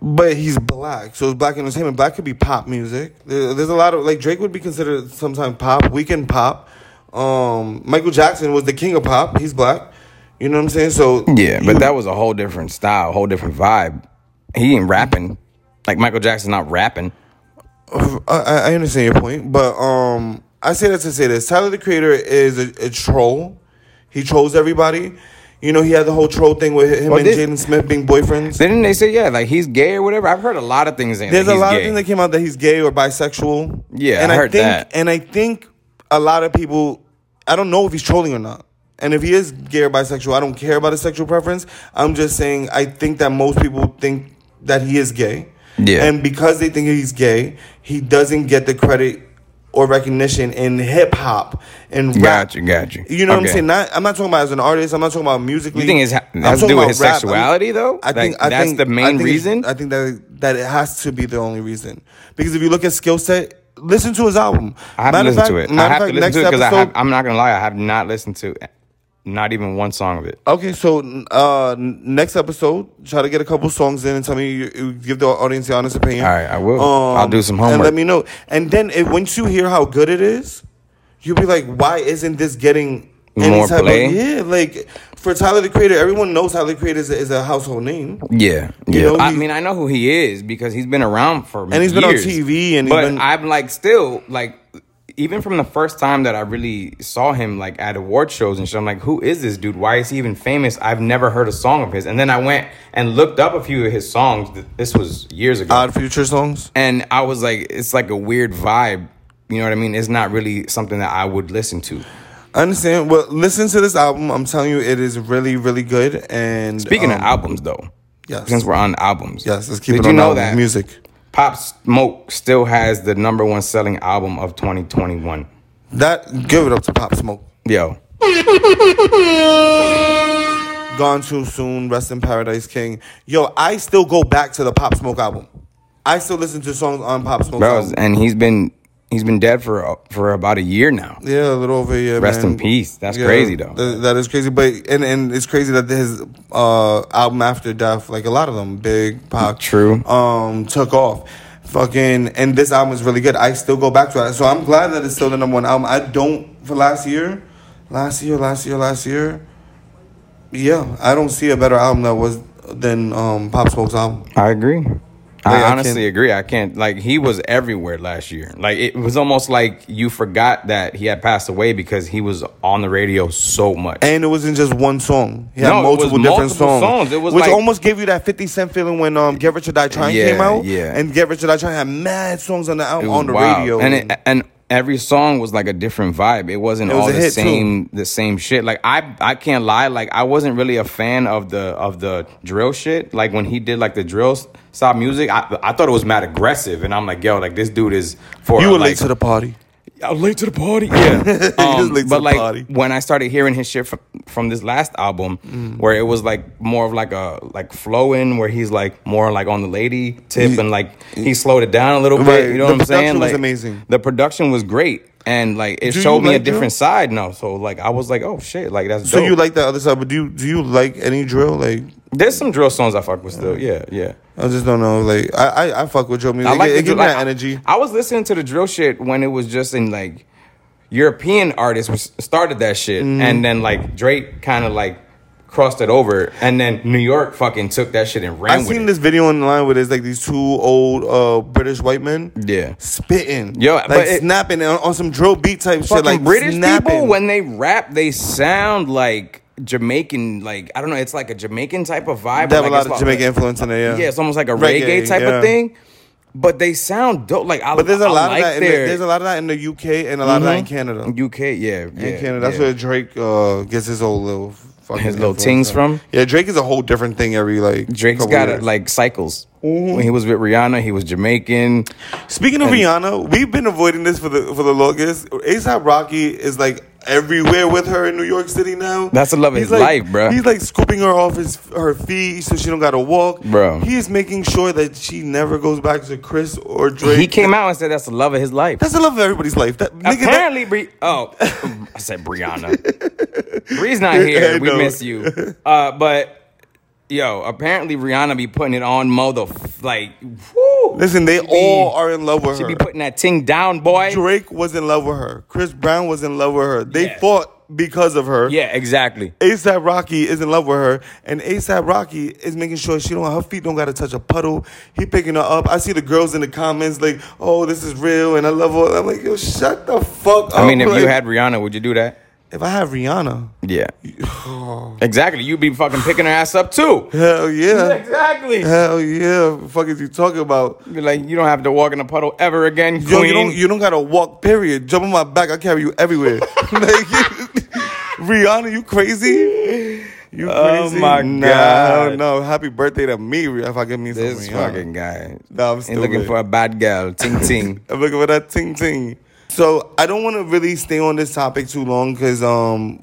A: But he's black, so it's black entertainment. Black could be pop music. There- There's a lot of like Drake would be considered sometimes pop, weekend pop. Um, Michael Jackson was the king of pop. He's black. You know what I'm saying? So
B: Yeah, but that was a whole different style, whole different vibe. He ain't rapping like Michael Jackson's not rapping.
A: I, I I understand your point, but um, I say that to say this: Tyler the Creator is a, a troll. He trolls everybody. You know, he had the whole troll thing with him
B: Well,
A: and
B: this-
A: Jaden Smith being boyfriends.
B: Didn't they say yeah, like he's gay or whatever? I've heard a lot of things. saying that
A: There's a
B: he's
A: lot
B: gay.
A: of things that came out that he's gay or bisexual.
B: Yeah,
A: and
B: I heard
A: think,
B: that.
A: And I think a lot of people, I don't know if he's trolling or not. And if he is gay or bisexual, I don't care about his sexual preference. I'm just saying I think that most people think that he is gay.
B: Yeah.
A: And because they think he's gay, he doesn't get the credit or recognition in hip hop and rap.
B: Gotcha, gotcha.
A: You know what
B: Okay.
A: I'm saying? Not, I'm not talking about as an artist. I'm not talking about musically.
B: You think it's ha-
A: I'm
B: has to
A: talking
B: do with
A: about
B: his
A: rap. I mean,
B: sexuality, though?
A: I think
B: Like,
A: I
B: that's
A: think,
B: the main
A: I think it's- uh,
B: reason?
A: I think that that it has to be the only reason because if you look at skill set, listen to his album.
B: I
A: Matter
B: have to
A: of
B: listen
A: fact-
B: to it.
A: matter
B: I
A: of
B: have to
A: fact,
B: listen to it
A: next
B: because I have,
A: episode-
B: I'm not gonna lie, I have not listened to not even one song of it.
A: Okay, so uh, n- next episode, try to get a couple songs in and tell me you, you give the audience your honest opinion. Um,
B: All right, I will. I'll do some homework.
A: and let me know. And then if, once you hear how good it is, you'll be like, "Why isn't this getting any
B: More
A: type
B: play?
A: Of, yeah, like for Tyler the Creator, everyone knows Tyler the Creator is a, is a household name.
B: Yeah, yeah.
A: know,
B: I
A: he-
B: mean, I know who he is because he's been around for
A: And he's been on
B: years.
A: TV and he's
B: but
A: been-
B: I'm like still like even from the first time that I really saw him like at award shows and shit, I'm like, who is this dude? Why is he even famous? I've never heard a song of his. And then I went and looked up a few of his songs. Th- This was years ago,
A: Odd Future songs.
B: and I was like, it's like a weird vibe. You know what I mean? It's not really something that I would listen to.
A: I understand. Well, listen to this album. I'm telling you, it is really, really good. And
B: Speaking
A: um,
B: of albums, though,
A: yes.
B: since we're on albums,
A: yes, let's keep
B: did
A: it
B: you
A: on
B: know
A: album
B: that
A: music.
B: Pop Smoke still has the number one selling album of 2021.
A: That give it up to Pop Smoke.
B: Yo,
A: Gone Too Soon, Rest in Paradise King. Yo, I still go back to the Pop Smoke album. I still listen to songs on Pop Smoke.
B: bros, and he's been he's been dead for for about a year now.
A: Yeah, a little over a year.
B: Rest
A: man.
B: in peace. That's crazy, though.
A: th- that is crazy, but and, and it's crazy that his uh, album after death, like a lot of them, Big Pac,
B: True.
A: um, took off. Fucking and this album is really good. I still go back to it, so I'm glad that it's still the number one album. I don't for last year, last year, last year, last year. Yeah, I don't see a better album that was than um, Pop Smoke's album.
B: I agree.
A: I
B: I
A: can't-
B: honestly agree. I can't like he was everywhere last year. Like it was almost like you forgot that he had passed away because he was on the radio so much.
A: And it wasn't just one song. He had
B: No, it was
A: multiple different
B: multiple
A: songs.
B: songs. It was
A: which
B: like-
A: almost gave you that 50 Cent feeling when um, Get Rich or Die Trying
B: Yeah,
A: came out.
B: yeah.
A: And Get Rich or Die Trying had mad songs on the
B: It
A: album,
B: was
A: on the
B: wild.
A: radio.
B: and it, and every song was like a different vibe. It wasn't
A: It was
B: all
A: a
B: the
A: hit, too.
B: same the same shit. Like I I can't lie, like I wasn't really a fan of the of the drill shit. Like when he did like the drill s- style music, I I thought it was mad aggressive, and I'm like, yo, like this dude is for
A: you were
B: like,
A: late to the party.
B: I'm late to the party.
A: [LAUGHS]
B: Yeah,
A: He was
B: Um,
A: late to
B: but
A: the
B: like
A: party.
B: when I started hearing his shit from, from this last album,
A: Mm.
B: where it was like more of like a like flowing, where he's like more like on the lady tip, and like he slowed it down a little
A: Right.
B: bit. You know
A: The
B: what I'm saying?
A: production was
B: Like
A: amazing.
B: The production was great, and like it
A: Do you
B: showed me a
A: like
B: different
A: drill?
B: side now. So like I was like, oh shit, like that's
A: So
B: dope.
A: you like that other side, but do you, do you like any drill? Like,
B: There's some drill songs I fuck with still. Yeah, yeah.
A: I just don't know. Like, I, I, I fuck with drill music.
B: I like
A: it,
B: the
A: it give
B: drill
A: me
B: like,
A: that energy.
B: I was listening to the drill shit when it was just in like European artists was, started that shit,
A: Mm.
B: and then like Drake kind of like crossed it over, and then New York fucking took that shit and ran
A: I've
B: with
A: seen
B: it.
A: this video online where there's like these two old uh, British white men
B: Yeah.
A: spitting.
B: Yo,
A: like
B: but it-
A: snapping on, on some drill beat type shit.
B: Fucking
A: Like,
B: British
A: snapping.
B: people when they rap, they sound like Jamaican. Like I don't know, it's like a Jamaican type of vibe.
A: They have a
B: but, like,
A: lot
B: it's
A: of
B: like-
A: Jamaican influence in there, yeah.
B: Yeah, it's almost like a reggae,
A: Reggae,
B: type
A: yeah.
B: of thing. But they sound dope. Like I,
A: But there's a
B: I
A: lot of
B: like
A: that. In
B: their,
A: the, there's a lot of that in the UK and a lot of that in Canada.
B: UK, yeah, yeah
A: in Canada, that's
B: yeah.
A: where Drake uh, gets his whole little fucking
B: His little
A: influence
B: tings from?
A: Yeah, Drake is a whole different thing every like.
B: Drake's
A: couple
B: got
A: years. Mm-hmm.
B: it like cycles. When he was with Rihanna, he was Jamaican.
A: Speaking of Rihanna, we've been avoiding this for the for the longest. ASAP Rocky is like everywhere with her in New York City now.
B: That's the love of
A: He's
B: his
A: like-
B: life, bruh.
A: He's like scooping her off his her feet so she don't got to walk,
B: Bruh.
A: He is making sure that she never goes back to Chris or Drake.
B: He came out and said that's the love of his life.
A: That's the love of everybody's life. That, nigga, that-
B: Apparently, Bri- oh, I said Brianna.
A: [LAUGHS]
B: Bree's not
A: I
B: here. We
A: know.
B: miss you. Uh, but yo, apparently Rihanna be putting it on mother f- like. Woo,
A: listen, they
B: She be-
A: all are in love with
B: She
A: her.
B: be putting that ting down, boy.
A: Drake was in love with her. Chris Brown was in love with her. They
B: Yeah.
A: fought because of her.
B: Yeah, exactly.
A: ASAP Rocky is in love with her, and ASAP Rocky is making sure she don't her feet don't gotta touch a puddle. He picking her up. I see the girls in the comments like, "Oh, this is real," and I love her. I'm like, "Yo, shut the fuck up."
B: I mean, if
A: Like,
B: you had Rihanna, would you do that?
A: if I had Rihanna,
B: Yeah. [SIGHS] exactly. You'd be fucking picking her ass up too.
A: hell
B: [LAUGHS]
A: yeah,
B: exactly.
A: hell yeah. What the fuck is you talking about?
B: Be like, you don't have to walk in a puddle ever again,
A: Yo,
B: queen.
A: you don't you don't gotta walk. Period. Jump on my back. I carry you
B: [LAUGHS]
A: everywhere. [LAUGHS] like, Rihanna, you crazy? You crazy?
B: Oh, my
A: Nah,
B: God.
A: No, happy birthday to me if I give me some
B: this
A: Rihanna.
B: fucking guy.
A: Nah, I'm
B: Ain't looking
A: stupid.
B: for a bad girl.
A: [LAUGHS]
B: Ting ting.
A: I'm looking for that ting ting. So I don't want to really stay on this topic too long because um,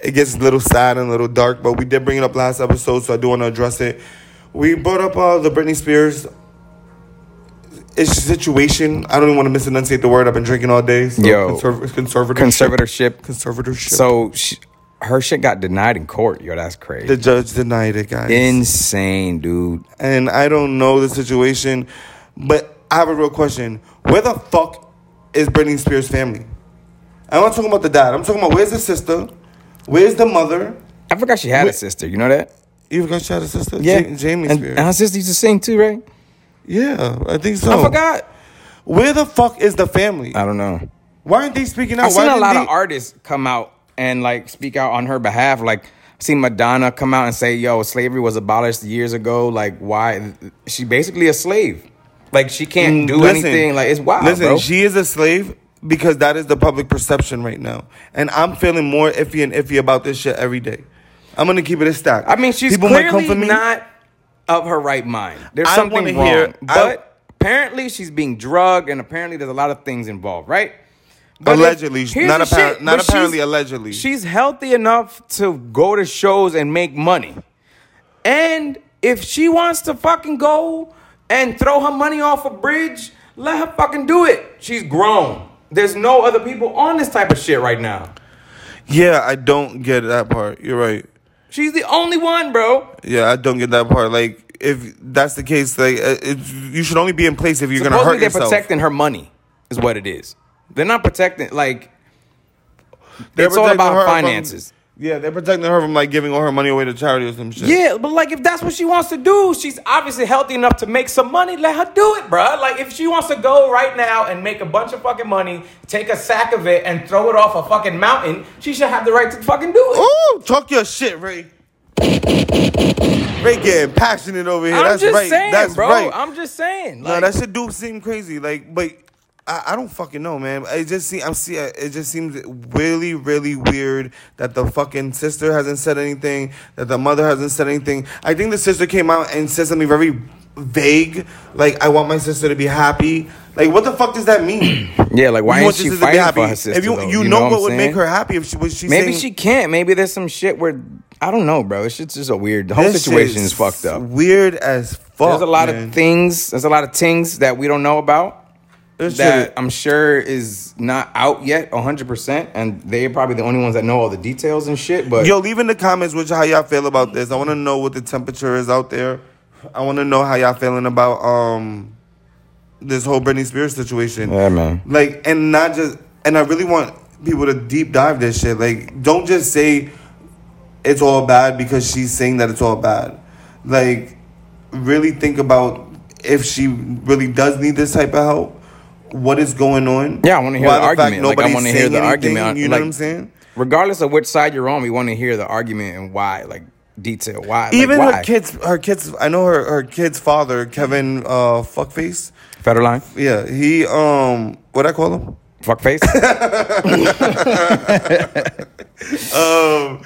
A: it gets a little sad and a little dark. But we did bring it up last episode, so I do want to address it. We brought up uh, the Britney Spears ish situation. I don't even want to misenunciate the word. I've been drinking all day. So
B: Yo.
A: conserv- conservatorship.
B: Conservatorship.
A: Conservatorship.
B: So sh her shit got denied in court. Yo, that's crazy.
A: the judge denied it, guys.
B: Insane, dude.
A: and I don't know the situation, but I have a real question. Where the fuck is Britney Spears' family? I'm not talking about the dad. I'm talking about where's the sister? Where's the mother?
B: I forgot she had a sister. You know that?
A: You forgot she had a sister? Ja- Jamie
B: and,
A: Spears.
B: and her sister used to sing too, right?
A: yeah, I think so.
B: I forgot.
A: Where the fuck is the family?
B: I don't know.
A: Why aren't they speaking out?
B: I've
A: Why
B: seen a
A: didn't
B: lot
A: they-
B: of artists come out and like speak out on her behalf. Like, I've seen Madonna come out and say, "Yo, slavery was abolished years ago. Like, why? She basically a slave. Like, she can't do
A: Mm, Listen,
B: anything. Like, it's wild,
A: Listen,
B: bro.
A: she is a slave because that is the public perception right now, and I'm feeling more iffy and iffy about this shit every day. I'm gonna keep it a stack.
B: I mean, she's
A: People might
B: clearly
A: come for me.
B: not of her right mind. There's
A: I
B: something
A: wanna
B: wrong.
A: hear- I-
B: but apparently, she's being drugged, and apparently, there's a lot of things involved, right? if-
A: Allegedly.
B: here's
A: Not
B: the
A: appar-
B: shit,
A: not
B: but she's-
A: apparently, allegedly.
B: She's healthy enough to go to shows and make money, and if she wants to fucking go and throw her money off a bridge, let her fucking do it. She's grown. There's no other people on this type of shit right now.
A: Yeah, I don't get that part. You're right.
B: She's the only one, bro.
A: Yeah, I don't get that part. Like, if that's the case, like, uh, it's, you should only be in place if you're gonna
B: Supposedly
A: hurt
B: they're
A: yourself.
B: protecting her money, is what it is. They're not protecting like
A: They're
B: it's all
A: protecting her
B: about
A: from-
B: finances.
A: yeah, they're protecting her from like giving all her money away to charity or some shit.
B: yeah, but like if that's what she wants to do, she's obviously healthy enough to make some money. Let her do it, bruh. Like if she wants to go right now and make a bunch of fucking money, take a sack of it and throw it off a fucking mountain, she should have the right to fucking do it.
A: Ooh, talk your shit, Ray. Ray getting passionate over here.
B: I'm
A: that's
B: just
A: right.
B: saying,
A: that's
B: bro.
A: right.
B: I'm just saying.
A: No,
B: Like,
A: that shit do seem crazy. Like, but I, I don't fucking know, man. It just see I'm see it just seems really, really weird that the fucking sister hasn't said anything, that the mother hasn't said anything. I think the sister came out and said something very vague, like I want my sister to be happy. Like, what the fuck does that mean?
B: yeah, like
A: You
B: [CLEARS THROAT] why
A: want
B: is she
A: your sister to be
B: fighting
A: happy.
B: for her sister?
A: if you
B: though?
A: you, know,
B: I'm
A: what would
B: saying?
A: make her happy if she was she
B: Maybe
A: saying-
B: she can't. Maybe there's some shit where I don't know, bro. It's just, just a weird. The whole
A: This
B: situation
A: shit's
B: is fucked up.
A: Weird as fuck.
B: There's a lot
A: man.
B: of things. There's a lot of things that we don't know about
A: This
B: that
A: shit-
B: I'm sure is not out yet, 100. percent And they're probably the only ones that know all the details and shit. But
A: Yo, leave in the comments which how y'all feel about this. I want to know what the temperature is out there. I want to know how y'all feeling about um this whole Britney Spears situation.
B: Yeah, man.
A: Like, and not just, and I really want people to deep dive this shit. Like, don't just say it's all bad because she's saying that it's all bad. Like, really think about if she really does need this type of help. What is going on?
B: Yeah, I wanna hear
A: Why
B: the argument. Like, I
A: nobody's
B: wanna hear
A: saying
B: the
A: anything,
B: argument.
A: You know
B: Like,
A: what I'm saying?
B: regardless of which side you're on, we want to hear the argument and why, like detail why. like,
A: Even
B: why?
A: her kids, her kids. I know her, her kid's father, Kevin uh, Fuckface.
B: Federal line,
A: Yeah, he um, what I call him? [LAUGHS]
B: fuckface.
A: Um,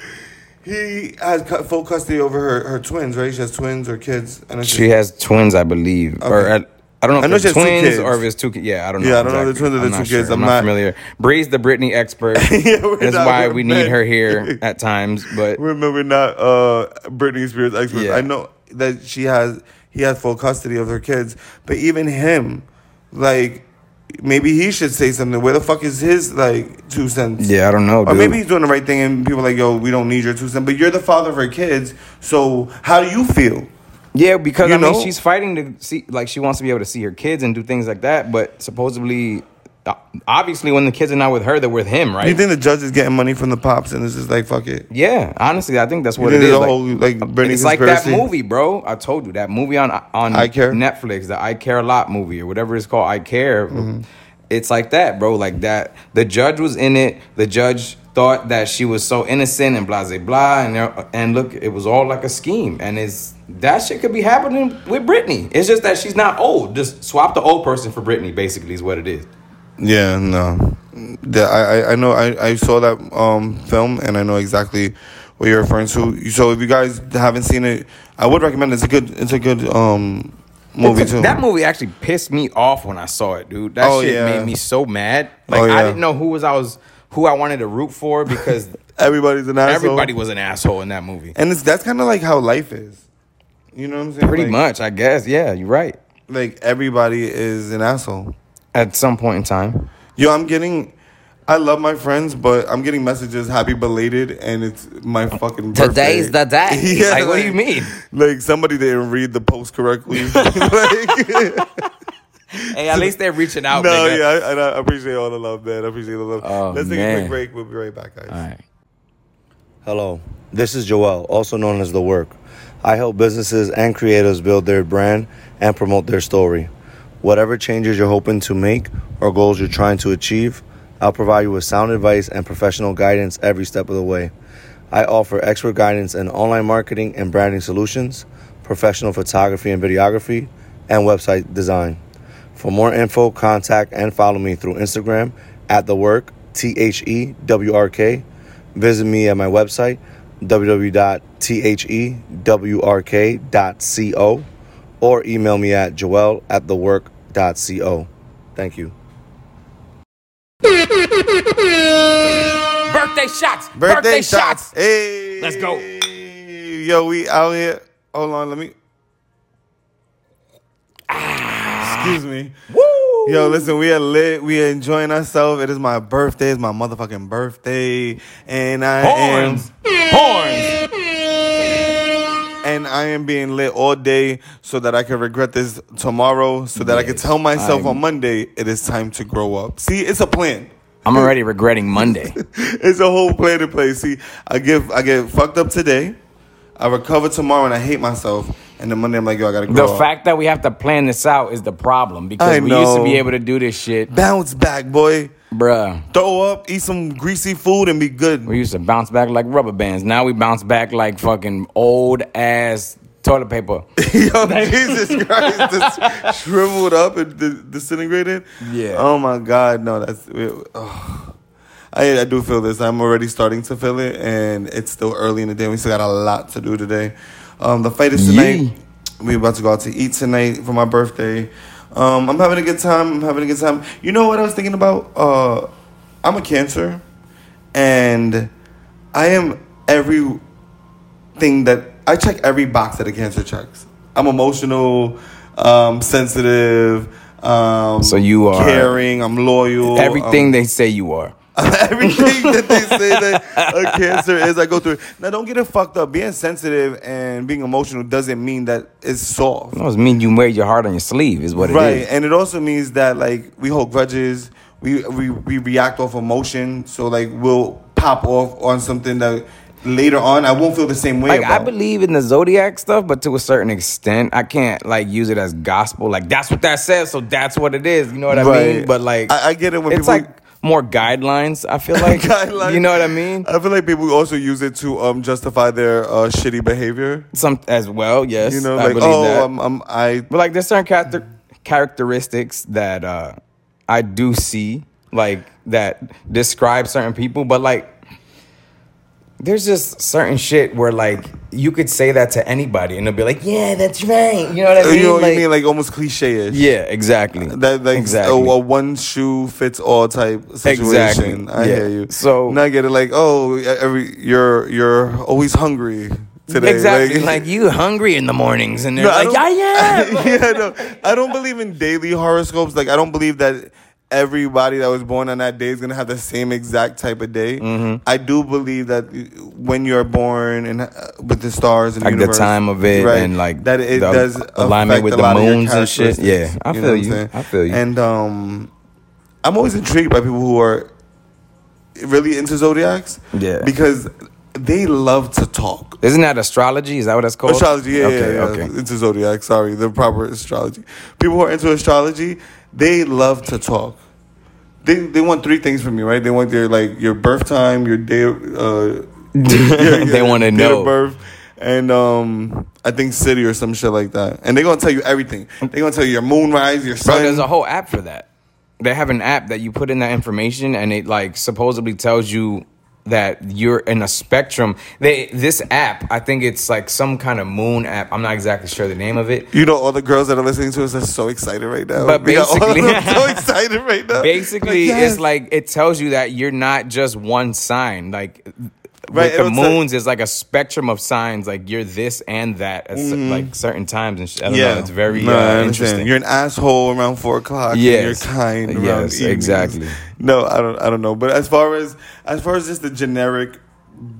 A: he has cu- full custody over her her twins, right? She has twins or kids, and it's
B: she has twins, I believe, or
A: Okay.
B: at, I don't know
A: I
B: if
A: know she has
B: it's
A: two
B: twins
A: kids.
B: or if it's two kids. Yeah, I don't know.
A: Yeah, I don't know the twins or the
B: I'm
A: two
B: not
A: kids. I'm
B: I'm,
A: not-
B: not familiar. Bree's the Britney expert.
A: [LAUGHS] Yeah, we're
B: That's
A: not-
B: why
A: we're
B: we need her
A: men.
B: here
A: [LAUGHS]
B: at times. But
A: Remember not uh Britney Spears experts.
B: Yeah.
A: I know that she has he has full custody of her kids, but even him, like maybe he should say something. Where the fuck is his like two cents?
B: yeah, I don't know.
A: Or
B: dude.
A: maybe he's doing the right thing and people are like, yo, we don't need your two cents, but you're the father of her kids, so how do you feel?
B: Yeah, because
A: You
B: I mean,
A: know?
B: she's fighting to see, like, she wants to be able to see her kids and do things like that. But supposedly, o- obviously, when the kids are not with her, they're with him,
A: You
B: right?
A: think the judge is getting money from the pops and it's just like fuck it.
B: yeah, honestly, I think that's what
A: You
B: it
A: think
B: is.
A: there's a
B: Like,
A: whole, like, Britney
B: it's like that
A: conspiracy?
B: movie, bro. I told you that movie on on
A: I Care?
B: Netflix, the I Care a Lot movie or whatever it's called. I Care.
A: Mm-hmm.
B: It's like that, bro. Like that. The judge was in it. The judge thought that she was so innocent and blah blah blah. And there- and look, it was all like a scheme. And it's that shit could be happening with Britney. It's just that she's not old. Just swap the old person for Britney. Basically, is what it is.
A: Yeah, no. The, I, I- I know I, I saw that um, film and I know exactly what you're referring to. So if you guys haven't seen it, I would recommend it. it's a good it's a good um movie
B: It's a-
A: too.
B: That movie actually pissed me off when I saw it, dude. That
A: Oh,
B: shit
A: yeah.
B: made me so mad. Like
A: Oh, yeah.
B: I didn't know who was I was who I wanted to root for
A: [LAUGHS]
B: because
A: Everybody's an asshole.
B: everybody was an asshole in that movie.
A: and it's that's kind of like how life is. You know what I'm saying?
B: Pretty
A: Like-
B: much, I guess. Yeah, you're right.
A: Like everybody is an asshole.
B: At some point in time.
A: Yo, I'm getting. I love my friends, but I'm getting messages happy belated, and it's my fucking birthday.
B: Today's
A: [LAUGHS]
B: the day. Like, what do you mean?
A: Like somebody didn't read the post
B: [LAUGHS]
A: correctly. [LAUGHS] Like-
B: Hey, at least they're reaching out.
A: [LAUGHS] No,
B: nigga.
A: yeah, I, and I appreciate all the love, man. I appreciate the love.
B: Oh,
A: Let's take a
B: man.
A: quick break. We'll be right back, guys.
B: All right.
C: Hello, this is Joel, also known as The Work. I help businesses and creators build their brand and promote their story. Whatever changes you're hoping to make or goals you're trying to achieve, I'll provide you with sound advice and professional guidance every step of the way. I offer expert guidance in online marketing and branding solutions, professional photography and videography, and website design. For more info, contact and follow me through Instagram at the work T H E W R K. Visit me at my website www.thewrk.co or email me at joel at thework.co. Thank you.
B: Birthday shots.
A: Birthday,
B: Birthday, shots.
A: shots. Hey,
B: Let's go.
A: Yo, we out here. Hold on, let me. Excuse me.
B: Ah. Woo.
A: Yo, listen, we are lit. We are enjoying ourselves. It is my birthday. It's my motherfucking birthday, and I
B: Horns. Horns.
A: am and I am being lit all day so that I can regret this tomorrow, so that I can
B: Yes,
A: tell myself
B: I'm-
A: on Monday it is time to grow up. See, it's a plan.
B: I'm already
A: [LAUGHS]
B: regretting Monday.
A: it's a whole play to play. See, I give I get fucked up today. I recover tomorrow and I hate myself. And then Monday I'm like, yo, I gotta
B: The
A: grow up.
B: fact that we have to plan this out is the problem because
A: I
B: we used to
A: know.
B: be able to do this shit,
A: Bounce back, boy.
B: bruh.
A: Throw up, eat some greasy food, and be good.
B: We used to bounce back like rubber bands. Now we bounce back like fucking old ass toilet paper.
A: [LAUGHS] Yo, Jesus Christ, just shriveled up and di- disintegrated.
B: Yeah.
A: Oh my God, no, that's. Oh. I I do feel this. I'm already starting to feel it, and it's still early in the day. We still got a lot to do today. Um, the fight is tonight.
B: Yeah.
A: We about to go out to eat tonight for my birthday. Um, I'm having a good time. I'm having a good time. You know what I was thinking about? Uh, I'm a cancer, and I am every thing that I check every box that a cancer checks. I'm emotional, um, sensitive. Um,
B: So you are-
A: caring. I'm loyal. [LAUGHS]
B: Everything
A: um,
B: they say you are.
A: everything that they
B: [LAUGHS]
A: say that a cancer is, I go through. it. Now, don't get it fucked up. Being sensitive and being emotional doesn't mean that it's soft.
B: No, it mean you wear your heart on your sleeve is what
A: right
B: it is.
A: and it also means that like we hold grudges we, we we react off emotion so like we'll pop off on something that later on i won't feel the same way
B: Like I
A: about. [LAUGHS]
B: believe in the zodiac stuff, but to a certain extent, I can't like use it as gospel. Like that's what that says, so that's what it is. You know what I mean?
A: Right.
B: But like
A: I- I get it when
B: it's
A: people-
B: like more guidelines. I
A: [LAUGHS]
B: feel like
A: Guidelines.
B: you know what I mean.
A: i feel like people also use it to um justify their uh shitty behavior
B: Some as well. Yes,
A: you know
B: I
A: like
B: believe
A: oh
B: that.
A: I'm, I'm i
B: But like, there's certain character characteristics that uh, I do see, like that describe certain people. But like, there's just certain shit where like you could say that to anybody and they'll be like, yeah, that's right. You know what I mean?
A: you know what I mean? Like almost cliche-ish.
B: yeah, exactly.
A: That like oh,
B: exactly.
A: a, a one shoe fits all type situation.
B: Exactly.
A: I
B: Yeah.
A: hear you.
B: So-
A: now I get it. Like oh, every you're you're always hungry today.
B: exactly. Like, you hungry in the mornings and they're
A: No, I
B: like, yeah,
A: don't- [LAUGHS]
B: yeah.
A: yeah, no, I don't believe in daily horoscopes. Like I don't believe that everybody that was born on that day is gonna have the same exact type of day.
B: Mm-hmm.
A: I do believe that when you're born and uh, with the stars and
B: Like the
A: universe,
B: time of it and, like,
A: that it
B: the
A: does
B: alignment
A: affect
B: with
A: a
B: the
A: lot of your
B: moons and shit.
A: characteristics.
B: Yeah, I
A: know
B: feel
A: what I'm
B: you.
A: saying?
B: I feel you.
A: And um, I'm always intrigued by people who are really into zodiacs.
B: Yeah.
A: because they love to talk.
B: Isn't that astrology? Is that what that's called?
A: Astrology, yeah,
B: okay,
A: yeah, yeah.
B: okay.
A: Into zodiac, sorry, the proper astrology. People who are into astrology, they love to talk. They they want three things from you, right? They want their like your birth time, your day,
B: [LAUGHS]
A: uh, your-
B: They
A: your
B: wanna
A: date of
B: know.
A: birth, and um, I think city or some shit like that. And they're gonna tell you everything. They're gonna tell you your moonrise, your
B: Bro,
A: sun.
B: there's a whole app for that. They have an app that you put in that information, and it like supposedly tells you that you're in a spectrum. They this app, I think it's like some kind of moon app. I'm not exactly sure the name of it.
A: you know, all the girls that are listening to us are so excited right now.
B: But
A: We got all of
B: basically-
A: them so [LAUGHS] excited right now.
B: Basically,
A: Yes.
B: it's like it tells you that you're not just one sign. Like
A: Right,
B: with the
A: it'll tell-
B: moons is like a spectrum of signs. Like you're this and that at cer- like certain times and sh- I don't know. It's very
A: No, Mm-hmm. I
B: uh,
A: understand.
B: interesting.
A: You're an asshole around four o'clock. and
B: Yes.
A: you're kind. Around
B: Yes,
A: evenings.
B: exactly.
A: No, I don't. I don't know. But as far as as far as just the generic,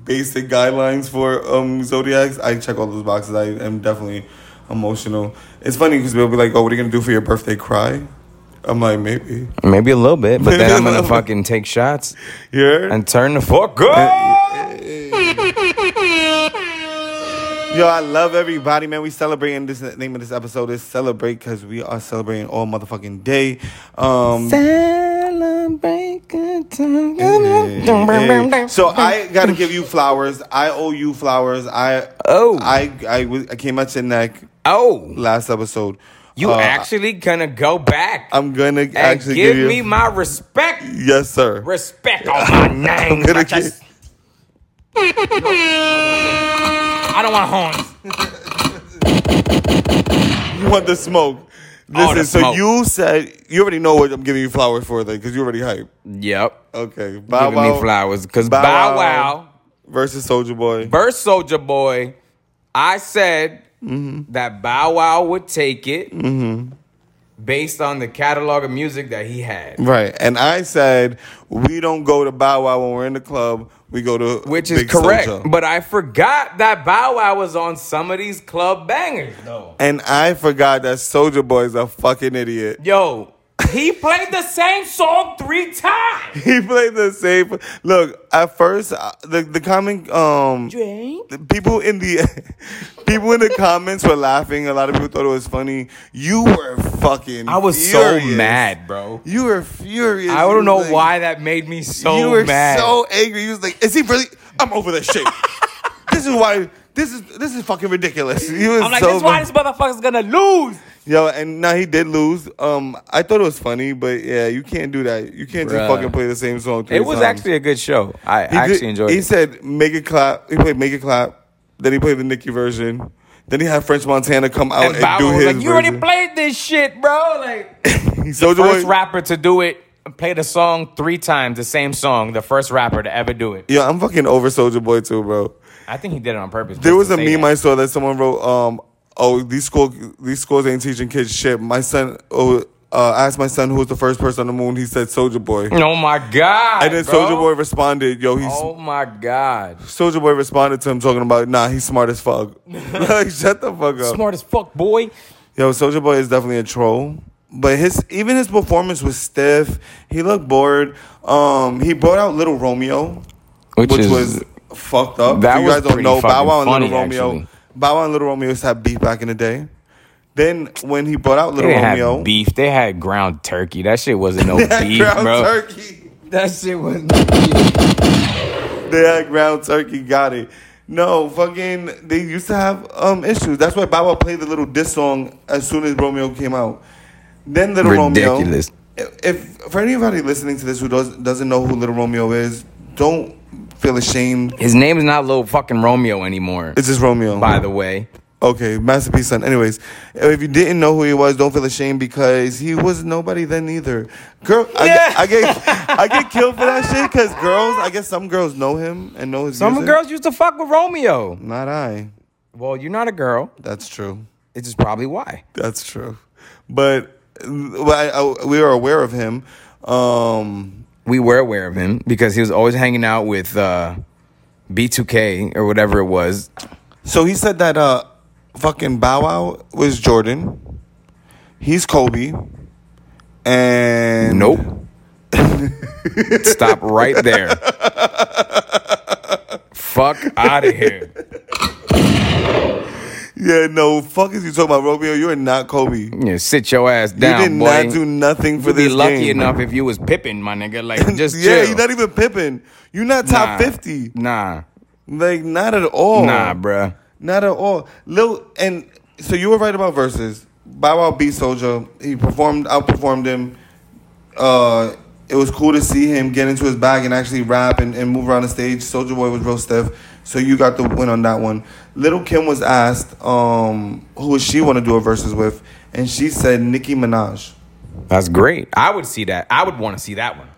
A: basic guidelines for um zodiacs, I check all those boxes. I am definitely emotional. It's funny because people be like, "Oh, what are you gonna do for your birthday? Cry?" I'm like, maybe.
B: Maybe a little bit, but
A: Maybe
B: then
A: a
B: I'm gonna
A: [LAUGHS] little bit.
B: fucking take shots
A: Yeah.
B: and turn the
A: Uh,
B: fuck up.
A: Yo, I love everybody, man. We celebrating this name of this episode is celebrate because we are celebrating all motherfucking day. Um,
B: Celebrate good time.
A: Hey. So I gotta give you flowers. I owe you flowers. I
B: Oh.
A: I I, was- I came at your neck
B: oh,
A: last episode.
B: you
A: Uh,
B: actually gonna go back
A: I'm gonna
B: and
A: actually
B: give,
A: give, you,
B: me my respect.
A: yes, sir.
B: Respect
A: [LAUGHS]
B: on my name.
A: gonna
B: like I s- I don't want horns.
A: You want the smoke?
B: All
A: Listen,
B: the
A: so
B: smoke.
A: you said you already know what I'm giving you flowers for, then, because you already hype.
B: Yep.
A: Okay, Bow
B: giving
A: Wow
B: me flowers because
A: Bow Wow.
B: Bow, Wow
A: versus Soldier Boy.
B: versus Soldier Boy. I said
A: Mm-hmm.
B: that Bow Wow would take it based on the catalog of music that he had.
A: Right, and I said we don't go to Bow Wow when we're in the club. We go to
B: Which is
A: Big
B: correct,
A: Soulja.
B: but I forgot that Bow Wow was on some of these club bangers, though.
A: And I forgot that Soldier Boy is a fucking idiot.
B: Yo, he played the same song three times.
A: [LAUGHS] He played the same. Look, at first, uh, the the comment um
B: Drink.
A: the people in the [LAUGHS] people in the comments were laughing. A lot of people thought it was funny. You were fucking.
B: I was so
A: furious.
B: mad, bro.
A: You were furious.
B: I don't
A: You
B: know
A: was like-
B: why that made me so
A: you were
B: mad.
A: so angry. You was like, "Is he really? I'm over this
B: [LAUGHS]
A: shit. this is why. This is this is fucking ridiculous." He was
B: I'm like,
A: so
B: this is why
A: mad.
B: this motherfucker's gonna lose.
A: Yo, and now he did lose. Um, I thought it was funny, but yeah, you can't do that. You can't
B: Bruh.
A: just fucking play the same song. Three
B: It was
A: times.
B: actually a good show. I
A: He
B: actually
A: did-
B: enjoyed
A: He
B: it.
A: said, "Make it clap." He played "Make it clap." Then he played the Nicki version. Then he had French Montana come out and,
B: And Bow
A: do
B: Wow was
A: his.
B: like, you already
A: version.
B: played this shit, bro.
A: [LAUGHS]
B: Like,
A: Soulja
B: first
A: Boy-
B: rapper to do it, play the song three times, the same song, the first rapper to ever do it.
A: Yo, I'm fucking over Soldier Boy too, bro.
B: I think he did it on purpose.
A: There
B: just
A: was
B: to
A: a
B: say
A: meme
B: that.
A: I saw that someone wrote. Um, oh, these school these schools ain't teaching kids shit. My son, oh, uh, asked my son who was the first person on the moon. He said Soldier Boy.
B: Oh my god!
A: And then
B: bro.
A: Soldier Boy responded, "Yo, he's
B: Oh my god!
A: Soldier Boy responded to him talking about, nah, he's smart as fuck. [LAUGHS] like, shut the fuck up.
B: Smart as fuck, boy.
A: Yo, Soldier Boy is definitely a troll. But his even his performance was stiff. He looked bored. Um, he brought out Little Romeo, which, was fucked up.
B: that
A: if you
B: was
A: guys don't
B: pretty
A: know, Bow
B: fucking
A: Wow and Little
B: funny,
A: Romeo.
B: actually.
A: Bow Wow and Little Romeo used to have beef back in the day. Then when he brought out
B: they
A: Little
B: didn't
A: Romeo, [LAUGHS]
B: have beef. They had ground turkey. That shit wasn't no
A: they had
B: beef,
A: ground
B: bro.
A: turkey.
B: That shit was no beef.
A: They had ground turkey. Got it. No, fucking. They used to have um issues. That's why Bow Wow played the little diss song as soon as Romeo came out. Then Little
B: Ridiculous.
A: Romeo. If for anybody listening to this who does doesn't know who Little Romeo is, don't feel ashamed.
B: His name is not little fucking Romeo anymore.
A: It's just Romeo.
B: by the way,
A: Okay, Masterpiece Son. Anyways, if you didn't know who he was, don't feel ashamed because he was nobody then either. Girl, I,
B: Yeah.
A: get, I get
B: [LAUGHS]
A: I get killed for that shit because girls, I guess some girls know him and know his
B: some
A: music.
B: girls used to fuck with Romeo.
A: Not I.
B: Well, you're not a girl.
A: That's true.
B: This is probably why.
A: That's true. But uh, well, I, I, we are aware of him. Um,
B: we were aware of him because he was always hanging out with uh, B2K or whatever it was.
A: so he said that uh, fucking Bow Wow was Jordan. He's Kobe. And
B: Nope. Stop right there. Fuck out of here.
A: Yeah, no, fuck is you talking about, Romeo? You are not Kobe.
B: Yeah, sit your ass down,
A: you did
B: boy.
A: not do nothing for
B: You'd be
A: this
B: lucky
A: game. [LAUGHS]
B: enough if you was pipping, my nigga. Like just
A: yeah,
B: chill.
A: you're not even pipping. You're not top
B: Nah.
A: fifty.
B: Nah,
A: Like not at all.
B: nah, bruh.
A: Not at all. Lil and so you were right about verses. Bow Wow beat Soldier. He performed outperformed him. Uh it was cool to see him get into his bag and actually rap and, and move around the stage. Soldier Boy was real stiff. So you got the win on that one. Little Kim was asked, um, who would she want to do a verses with? And she said Nicki Minaj.
B: That's great. I would see that. I would want to see that one.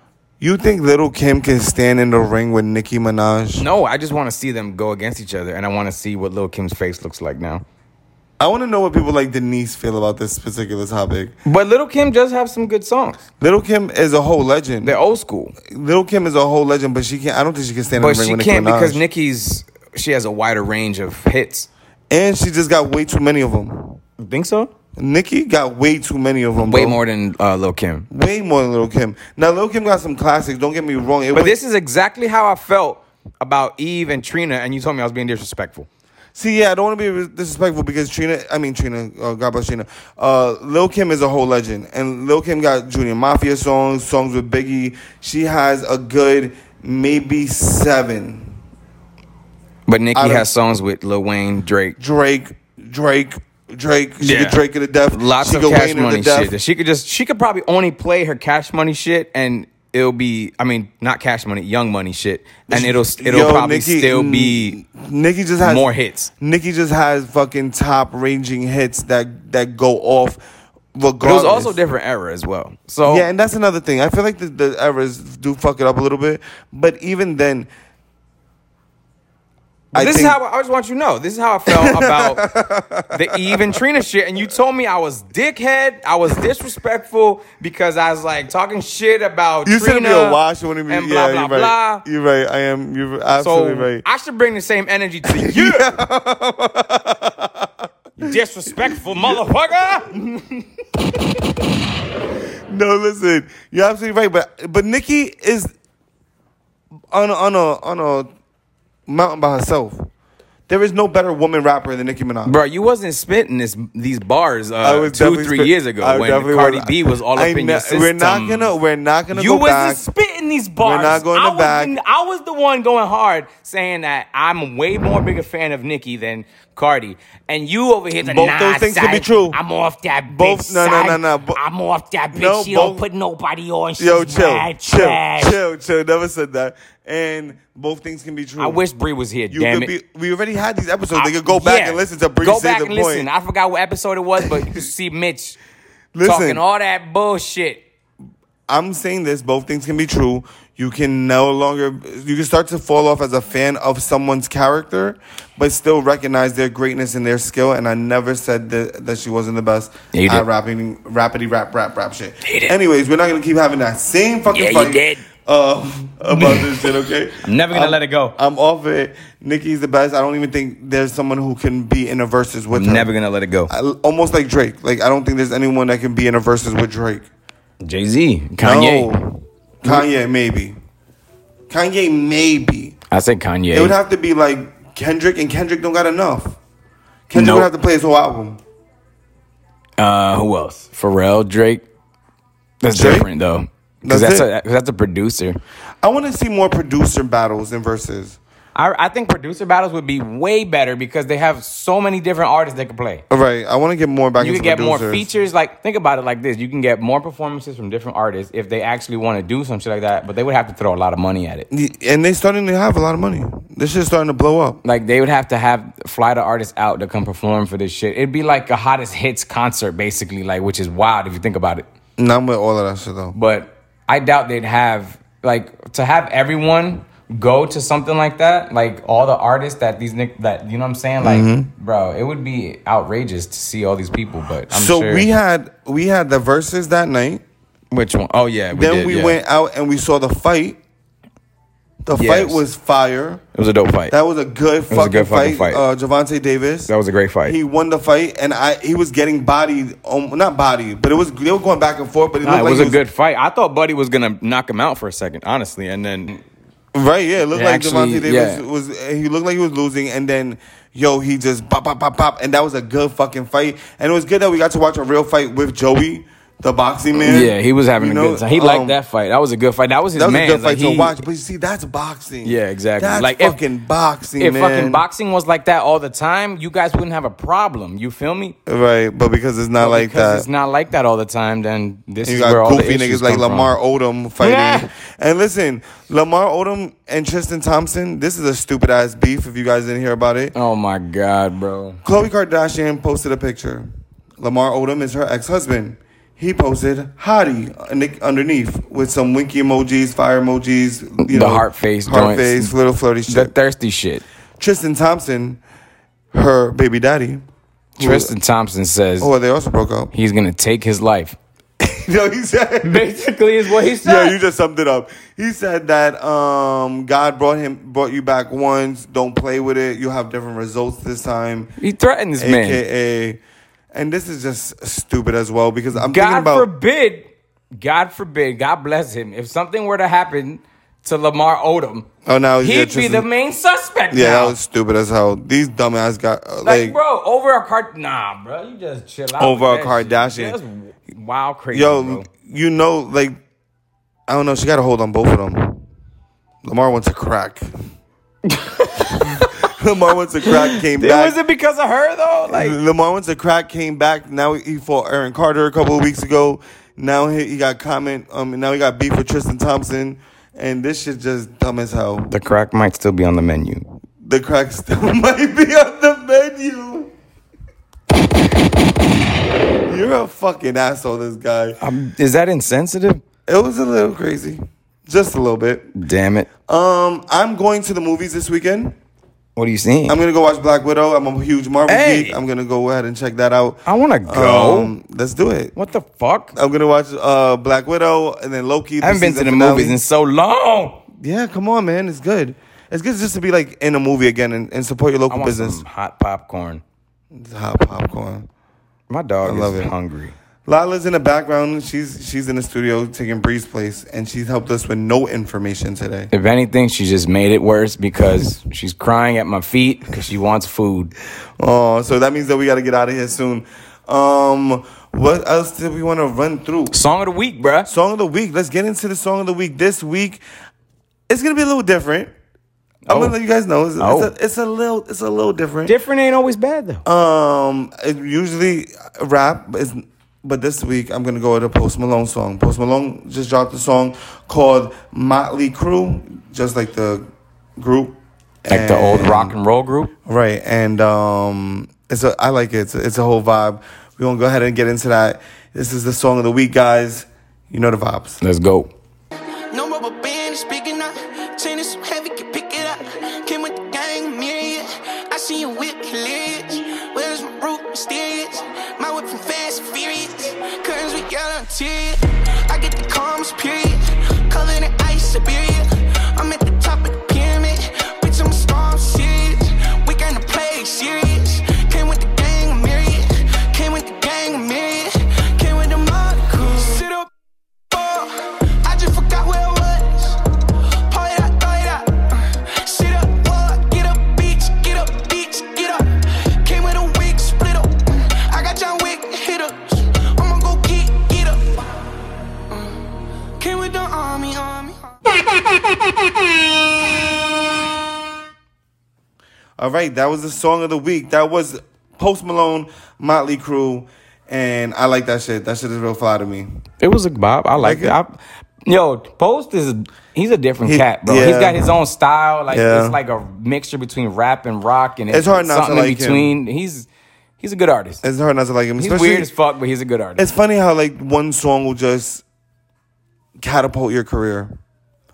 A: You think Little Kim can stand in the ring with Nicki Minaj?
B: No, I just want to see them go against each other, and I want to see what Lil Kim's face looks like now.
A: I want to know what people like Denise feel about this particular topic.
B: But Lil Kim does have some good songs.
A: Little Kim is a whole legend.
B: They're old school.
A: Little Kim is a whole legend, but she can't. I don't think she can stand in
B: But
A: the ring
B: she
A: with Nicki
B: can't
A: Minaj.
B: because Nicki's she has a wider range of hits.
A: and she just got way too many of them.
B: You think so?
A: Nicki got way too many of them.
B: Way
A: bro.
B: more than uh, Lil Kim.
A: Way more than Little Kim. Now Little Kim got some classics. Don't get me wrong. It was-
B: But this is exactly how I felt about Eve and Trina, and you told me I was being disrespectful.
A: see, yeah, I don't want to be disrespectful because Trina. I mean Trina. Uh, God bless Trina. Uh, Lil Kim is a whole legend, and Lil Kim got Junior Mafia songs, songs with Biggie. She has a good maybe seven.
B: But Nicki
A: I don't-
B: has songs with Lil Wayne, Drake,
A: Drake, Drake, Drake. She
B: Yeah.
A: could Drake it to death.
B: lots
A: she
B: of
A: could
B: cash
A: Wayne it to
B: money
A: death.
B: shit. That she could just she could probably only play her cash money shit, and it'll be I mean not cash money, young money shit, and it'll it'll
A: Yo, mm,
B: probably
A: Nicki-
B: still be
A: Nicki just has
B: more hits.
A: Nicki just has fucking top ranging hits that that go off.
B: But it
A: Regardless.
B: was also different era as well. So
A: Yeah, and that's another thing. I feel like the, the errors do fuck it up a little bit, but even then,
B: But
A: I
B: this
A: think-
B: is how I, I just want you to know. This is how I [LAUGHS] felt about the Eve and Trina shit. And you told me I was dickhead. I was disrespectful because I was like talking shit about
A: you
B: Trina
A: shouldn't be a wash. You wouldn't be.
B: and
A: yeah,
B: blah blah
A: you're right.
B: blah.
A: You're right. I am. You're
B: So
A: absolutely right.
B: I should bring the same energy [LAUGHS] to you. You disrespectful motherfucker.
A: [LAUGHS] No, listen, you're absolutely right, but but Nikki is on a, on a on a mountain by herself. There is no better woman rapper than Nicki Minaj.
B: Bro, you wasn't spitting this these bars uh,
A: I was
B: two
A: definitely
B: three
A: spit-
B: years ago
A: I
B: when
A: definitely
B: Cardi
A: was-
B: B was all
A: I
B: up in
A: ne-
B: your system.
A: We're not gonna we're not gonna
B: You
A: go
B: was
A: back.
B: just spitting these bars.
A: not going
B: I
A: to
B: was
A: back.
B: the- I was the one going hard, saying that I'm way more big a fan of Nicki than Cardi, and you over here. the,
A: Both
B: "Nah,
A: those things
B: son,
A: could be true.
D: I'm off that
A: Both-
D: both,
A: no,
D: No,
A: no,
D: no,
A: no,
D: no,
A: no,
D: no.
A: bo-
D: I'm off that bitch.
A: No,
D: she
A: both-
D: don't put nobody on. She's
A: Yo, chill,
D: mad
A: chill,
D: trash.
A: chill, chill. Never said that. And both things can be true.
B: I wish Bree was here.
A: you
B: damn
A: could
B: it.
A: be. We already had these episodes.
B: I-
A: they could go back
B: yeah.
A: and listen to Bree
B: Go
A: say
B: back
A: the
B: and
A: point.
B: listen. I forgot what episode it was, but you could see Mitch
A: Listen.
B: talking all that bullshit.
A: I'm saying this, both things can be true. You can no longer, you can start to fall off as a fan of someone's character, but still recognize their greatness and their skill. And I never said that, that she wasn't the best
B: Yeah, you
A: at
B: did.
A: rapping, rapidy rap, rap, rap shit.
B: you did.
A: Anyways, we're not going to keep having that same fucking
D: Yeah, you
A: fight.
D: did.
A: uh, [LAUGHS] about this shit, okay?
B: [LAUGHS] I'm never gonna let it go.
A: I'm off it. Nikki's the best. I don't even think there's someone who can be in a versus with her.
B: Never gonna let it go.
A: I, almost like Drake. Like I don't think there's anyone that can be in a versus with Drake.
B: Jay Z, Kanye.
A: No. Kanye, maybe. Kanye, maybe.
B: I said
A: It would
B: Kanye.
A: have to be like Kendrick, and Kendrick don't got enough. Kendrick
B: Nope.
A: would have to play his whole album.
B: uh, who else? Pharrell, Drake. That's
A: Drake?
B: different though. Because
A: That's
B: that's, a- 'cause that's a producer.
A: I want to see more producer battles than verses.
B: I, I think producer battles would be way better because they have so many different artists they could play.
A: All right, I want to get more back
B: You
A: into
B: can get more
A: producers.
B: features. Like think about it like this: you can get more performances from different artists if they actually want to do some shit like that. But they would have to throw a lot of money at it.
A: And they starting to have a lot of money. This shit's starting to blow up.
B: Like they would have to have fly the artists out to come perform for this shit. It'd be like a hottest hits concert, basically. Like which is wild if you think about it.
A: Not with all of that shit though.
B: but I doubt they'd have like to have everyone go to something like that. Like all the artists that these nick that you know what I'm saying. Like,
A: Mm-hmm.
B: bro, it would be outrageous to see all these people. But I'm
A: so
B: sure.
A: we had we had the verses that night.
B: which one? Oh yeah,
A: then
B: did,
A: we
B: yeah.
A: went out and we saw the fight. The
B: Yes.
A: fight was fire.
B: It was a dope fight.
A: That was a good fucking
B: was a good fucking
A: fight.
B: fight.
A: Uh, Javante Davis.
B: That was a great fight.
A: He won the fight, and I he was getting bodied. Um, not bodied, but it was they were going back and forth. But it
B: Nah,
A: looked
B: it
A: like
B: was
A: he
B: a good fight. I thought Buddy was gonna knock him out for a second, honestly, and then
A: Right, yeah, it looked
B: It
A: like
B: actually-
A: Javante Davis
B: yeah.
A: was he looked like he was losing, and then yo, he just pop, pop, pop, pop, and that was a good fucking fight, and it was good that we got to watch a real fight with Joey, the boxing man.
B: yeah, he was having
A: You
B: a
A: know,
B: good time. He liked
A: um,
B: that fight. That was a good fight. That was his
A: That was
B: man.
A: a good
B: Like,
A: fight
B: he-
A: to watch, but you see, that's boxing.
B: Yeah, exactly.
A: That's
B: Like, if-
A: fucking boxing,
B: If
A: man.
B: fucking boxing was like that all the time, you guys wouldn't have a problem. You feel me?
A: Right, but because it's not
B: But
A: like
B: because
A: that,
B: It's not like that all the time. Then this
A: You
B: is
A: got
B: where all the
A: goofy
B: issues
A: niggas like
B: come from.
A: Lamar Odom fighting.
B: Yeah.
A: And listen, Lamar Odom and Tristan Thompson, this is a stupid ass beef if you guys didn't hear about it.
B: Oh my god, bro!
A: Khloe Kardashian posted a picture. Lamar Odom is her ex husband. He posted hottie un- underneath with some winky emojis, fire emojis, you
B: The
A: know,
B: heart face
A: heart
B: joints.
A: face, little flirty
B: The
A: shit.
B: thirsty shit.
A: Tristan Thompson, her baby daddy. who-
B: Tristan Thompson says
A: Oh, they also broke up. [LAUGHS]
B: he's gonna take his life.
A: no, he said.
B: [LAUGHS] Basically, is what he
A: Yeah, you just summed it up. He said that um, God brought him, brought you back once. Don't play with it. You'll have different results this time.
B: he threatened this man.
A: AKA, and this is just stupid as well because I'm thinking
B: God
A: about
B: forbid. God forbid. God bless him. If something were to happen to Lamar Odom,
A: oh now he's
B: he'd be the main suspect.
A: yeah
B: now.
A: that was stupid as hell. These dumbass got uh,
B: like,
A: like,
B: bro, over a card. Nah, bro, you just chill out.
A: Over a
B: with that shit.
A: Kardashian.
B: That's wild, crazy.
A: yo,
B: bro.
A: you know, like I don't know. She got a hold on both of them. Lamar went to
B: [LAUGHS]
A: crack. Lamar went to crack. Came back.
B: was it because of her though? Like,
A: Lamar went to crack, came back. Now he fought Aaron Carter a couple of weeks ago. Now he, he got comment. Um, and now he got beef with Tristan Thompson. And this shit just dumb as hell.
B: The crack might still be on the menu.
A: The crack [LAUGHS] still might be on the menu. You're a fucking asshole, this guy.
B: Um, Is that insensitive?
A: It was a little crazy, just a little bit.
B: Damn it.
A: Um, I'm going to the movies this weekend.
B: What are you seeing?
A: I'm gonna go watch Black Widow. I'm a huge Marvel
B: Hey.
A: geek. I'm gonna go ahead and check that out.
B: I want to go.
A: Um, let's do it.
B: what the fuck?
A: I'm gonna watch uh Black Widow and then Loki.
B: I haven't been to
A: season
B: the
A: finale.
B: movies in so long.
A: yeah, come on, man, it's good. It's good just to be like in a movie again and, and support your
B: I
A: local
B: want
A: business.
B: some hot popcorn.
A: It's Hot popcorn.
B: My dog
A: I love
B: is
A: it.
B: hungry.
A: Lala's in the background. She's she's in the studio taking Bree's place, and she's helped us with no information today.
B: If anything, she just made it worse
A: [LAUGHS]
B: because she's crying at my feet because she wants food.
A: Oh, so that means that we got to get out of here soon. Um, what else did we want to run through?
B: Song of the week, bruh.
A: Song of the week. Let's get into the song of the week. This week, it's gonna be a little different. I'm
B: Oh.
A: gonna let you guys know. It's, it's
B: Oh.
A: a, it's a little it's a little different.
B: Different ain't always bad though.
A: Um, it usually rap, but, it's, but this week I'm gonna go with a Post Malone song. Post Malone just dropped a song called Motley Crue, just like the group,
B: like the old
A: And-
B: rock and roll group.
A: right? And um, it's a I like it. It's a, it's a whole vibe. We gonna go ahead and get into that. This is the song of the week, guys. You know the vibes.
B: Let's go.
E: No rubber band is speaking up. Chain is so heavy, can pick it up. Came with the gang, myriad. I see you whip hilarious. Where's my root mysterious? My whip from fast and furious. Curtains we yellow and tear. I get the calmest period. Colored in ice, Siberia. I'm at the top of the pyramid. Bitch, I'm a star, I'm serious. We gonna play serious. Came with the gang, myriad. Came with the gang, myriad. Came with the monocle. Sit up. I just forgot where I was. Pull it out, throw it out. Sit up, walk, get up, bitch, get up, bitch, get
A: All right, that was the song of the week. That was Post Malone, Motley Crue, and I like that shit. That shit is real fly to me.
B: It was a bob. I like
A: Like
B: it. I, yo, Post is he's a different
A: He-
B: cat, bro. He's
A: yeah.
B: got his own style. Like
A: Yeah
B: it's like a mixture between rap and rock, and
A: It's hard not to
B: something
A: like
B: in
A: him.
B: between. He's he's a good artist.
A: It's hard not to like him.
B: he's
A: especially-
B: weird as fuck, but he's a good artist.
A: It's funny how like one song will just catapult your career.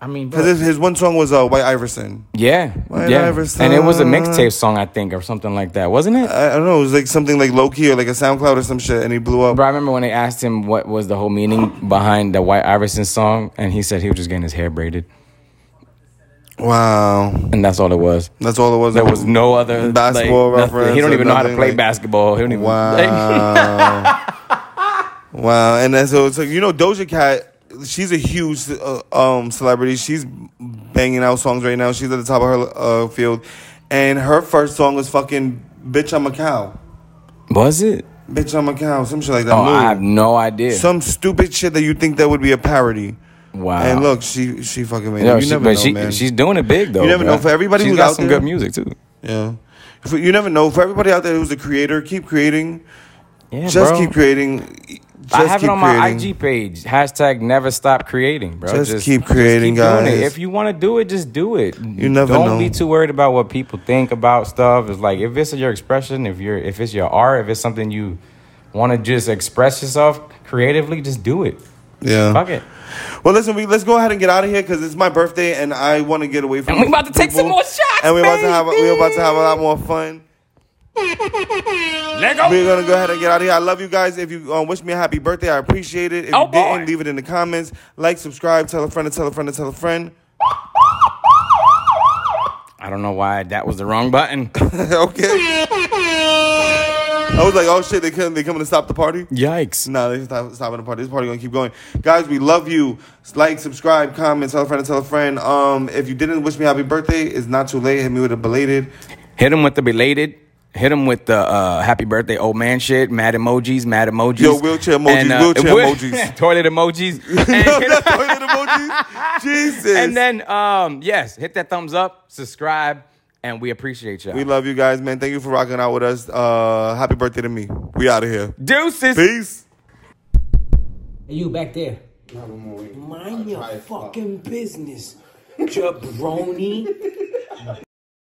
B: I mean, bro,
A: Because his, his one song was uh, White Iverson.
B: yeah,
A: White
B: yeah,
A: Iverson.
B: and it was a mixtape song, I think, or something like that, wasn't it?
A: I, I don't know. It was like something like low key or like a SoundCloud or some shit, and he blew up.
B: Bro, I remember when they asked him what was the whole meaning behind the White Iverson song, and he said he was just getting his hair braided,
A: Wow,
B: and that's all it was.
A: that's all it was.
B: There was no other
A: Basketball
B: like, nothing.
A: reference
B: He don't
A: or
B: even know how to
A: nothing,
B: play
A: like-
B: basketball. He don't even. [LAUGHS]
A: Wow. [LAUGHS] wow. And then, so it's like, you know, Doja Cat, she's a huge uh, um, celebrity. She's banging out songs right now. She's at the top of her uh, field. And her first song was fucking Bitch I'm a Cow.
B: was it?
A: Bitch I'm a Cow. Some shit like that.
B: Oh,
A: Lou.
B: I have no idea.
A: Some stupid shit that you think that would be a parody.
B: wow.
A: And look, she she fucking made it. You
B: Yo, Uh, she-
A: never
B: but
A: know,
B: she,
A: man.
B: she's doing it big though.
A: You never
B: bro.
A: know. For everybody
B: She's
A: who's
B: got
A: out
B: some
A: there-
B: good music too.
A: yeah. For- You never know. For everybody out there who's a creator, keep creating.
B: Yeah,
A: Just
B: bro.
A: keep creating. Just
B: I have it
A: keep
B: on my
A: creating.
B: IG page. Hashtag never stop creating, bro.
A: Just keep creating,
B: Doing
A: guys.
B: it. If you want to do it, just do it. You
A: never
B: Don't
A: know.
B: be too worried about what people think about stuff. It's like if it's your expression, if you're if it's your art, if it's something you want to just express yourself creatively, just do it.
A: Yeah.
B: Fuck it.
A: Well, listen, we let's go ahead and get out of here because it's my birthday and I want to get away from.
D: And we about to take some
A: people.
D: more shots,
A: And we about to have
D: baby.
A: we about to have a lot more fun. We're gonna go ahead and get out of here. I love you guys. If you um, wish me a happy birthday, I appreciate it. If
D: Oh,
A: you didn't,
D: boy.
A: leave it in the comments. Like, subscribe, tell a friend, tell a friend, tell a friend.
B: I don't know why that was the
A: [LAUGHS]
B: wrong button.
A: okay. I was like, oh shit, they couldn't. They coming to stop the party.
B: Yikes.
A: No, they're stop, stopping the party. This party gonna keep going, guys. We love you. Like, subscribe, comment, tell a friend, tell a friend. Um, if you didn't wish me happy birthday, it's not too late. Hit me with a belated. [LAUGHS]
B: Hit him with the belated. Hit him with the uh, happy birthday old man shit. Mad emojis. Mad emojis.
A: Yo, wheelchair emojis, wheelchair
B: whe-
A: emojis.
B: [LAUGHS]
A: [LAUGHS]
B: toilet emojis.
A: No,
B: [LAUGHS] And-
A: that's toilet emojis. Jesus.
B: and then um yes hit that thumbs up subscribe and we appreciate y'all
A: we love you guys, man. Thank you for rocking out with us. Uh, happy birthday to me. We out of here.
B: deuces
A: Peace.
F: Hey, you back there. Mind your fucking business, jabroni.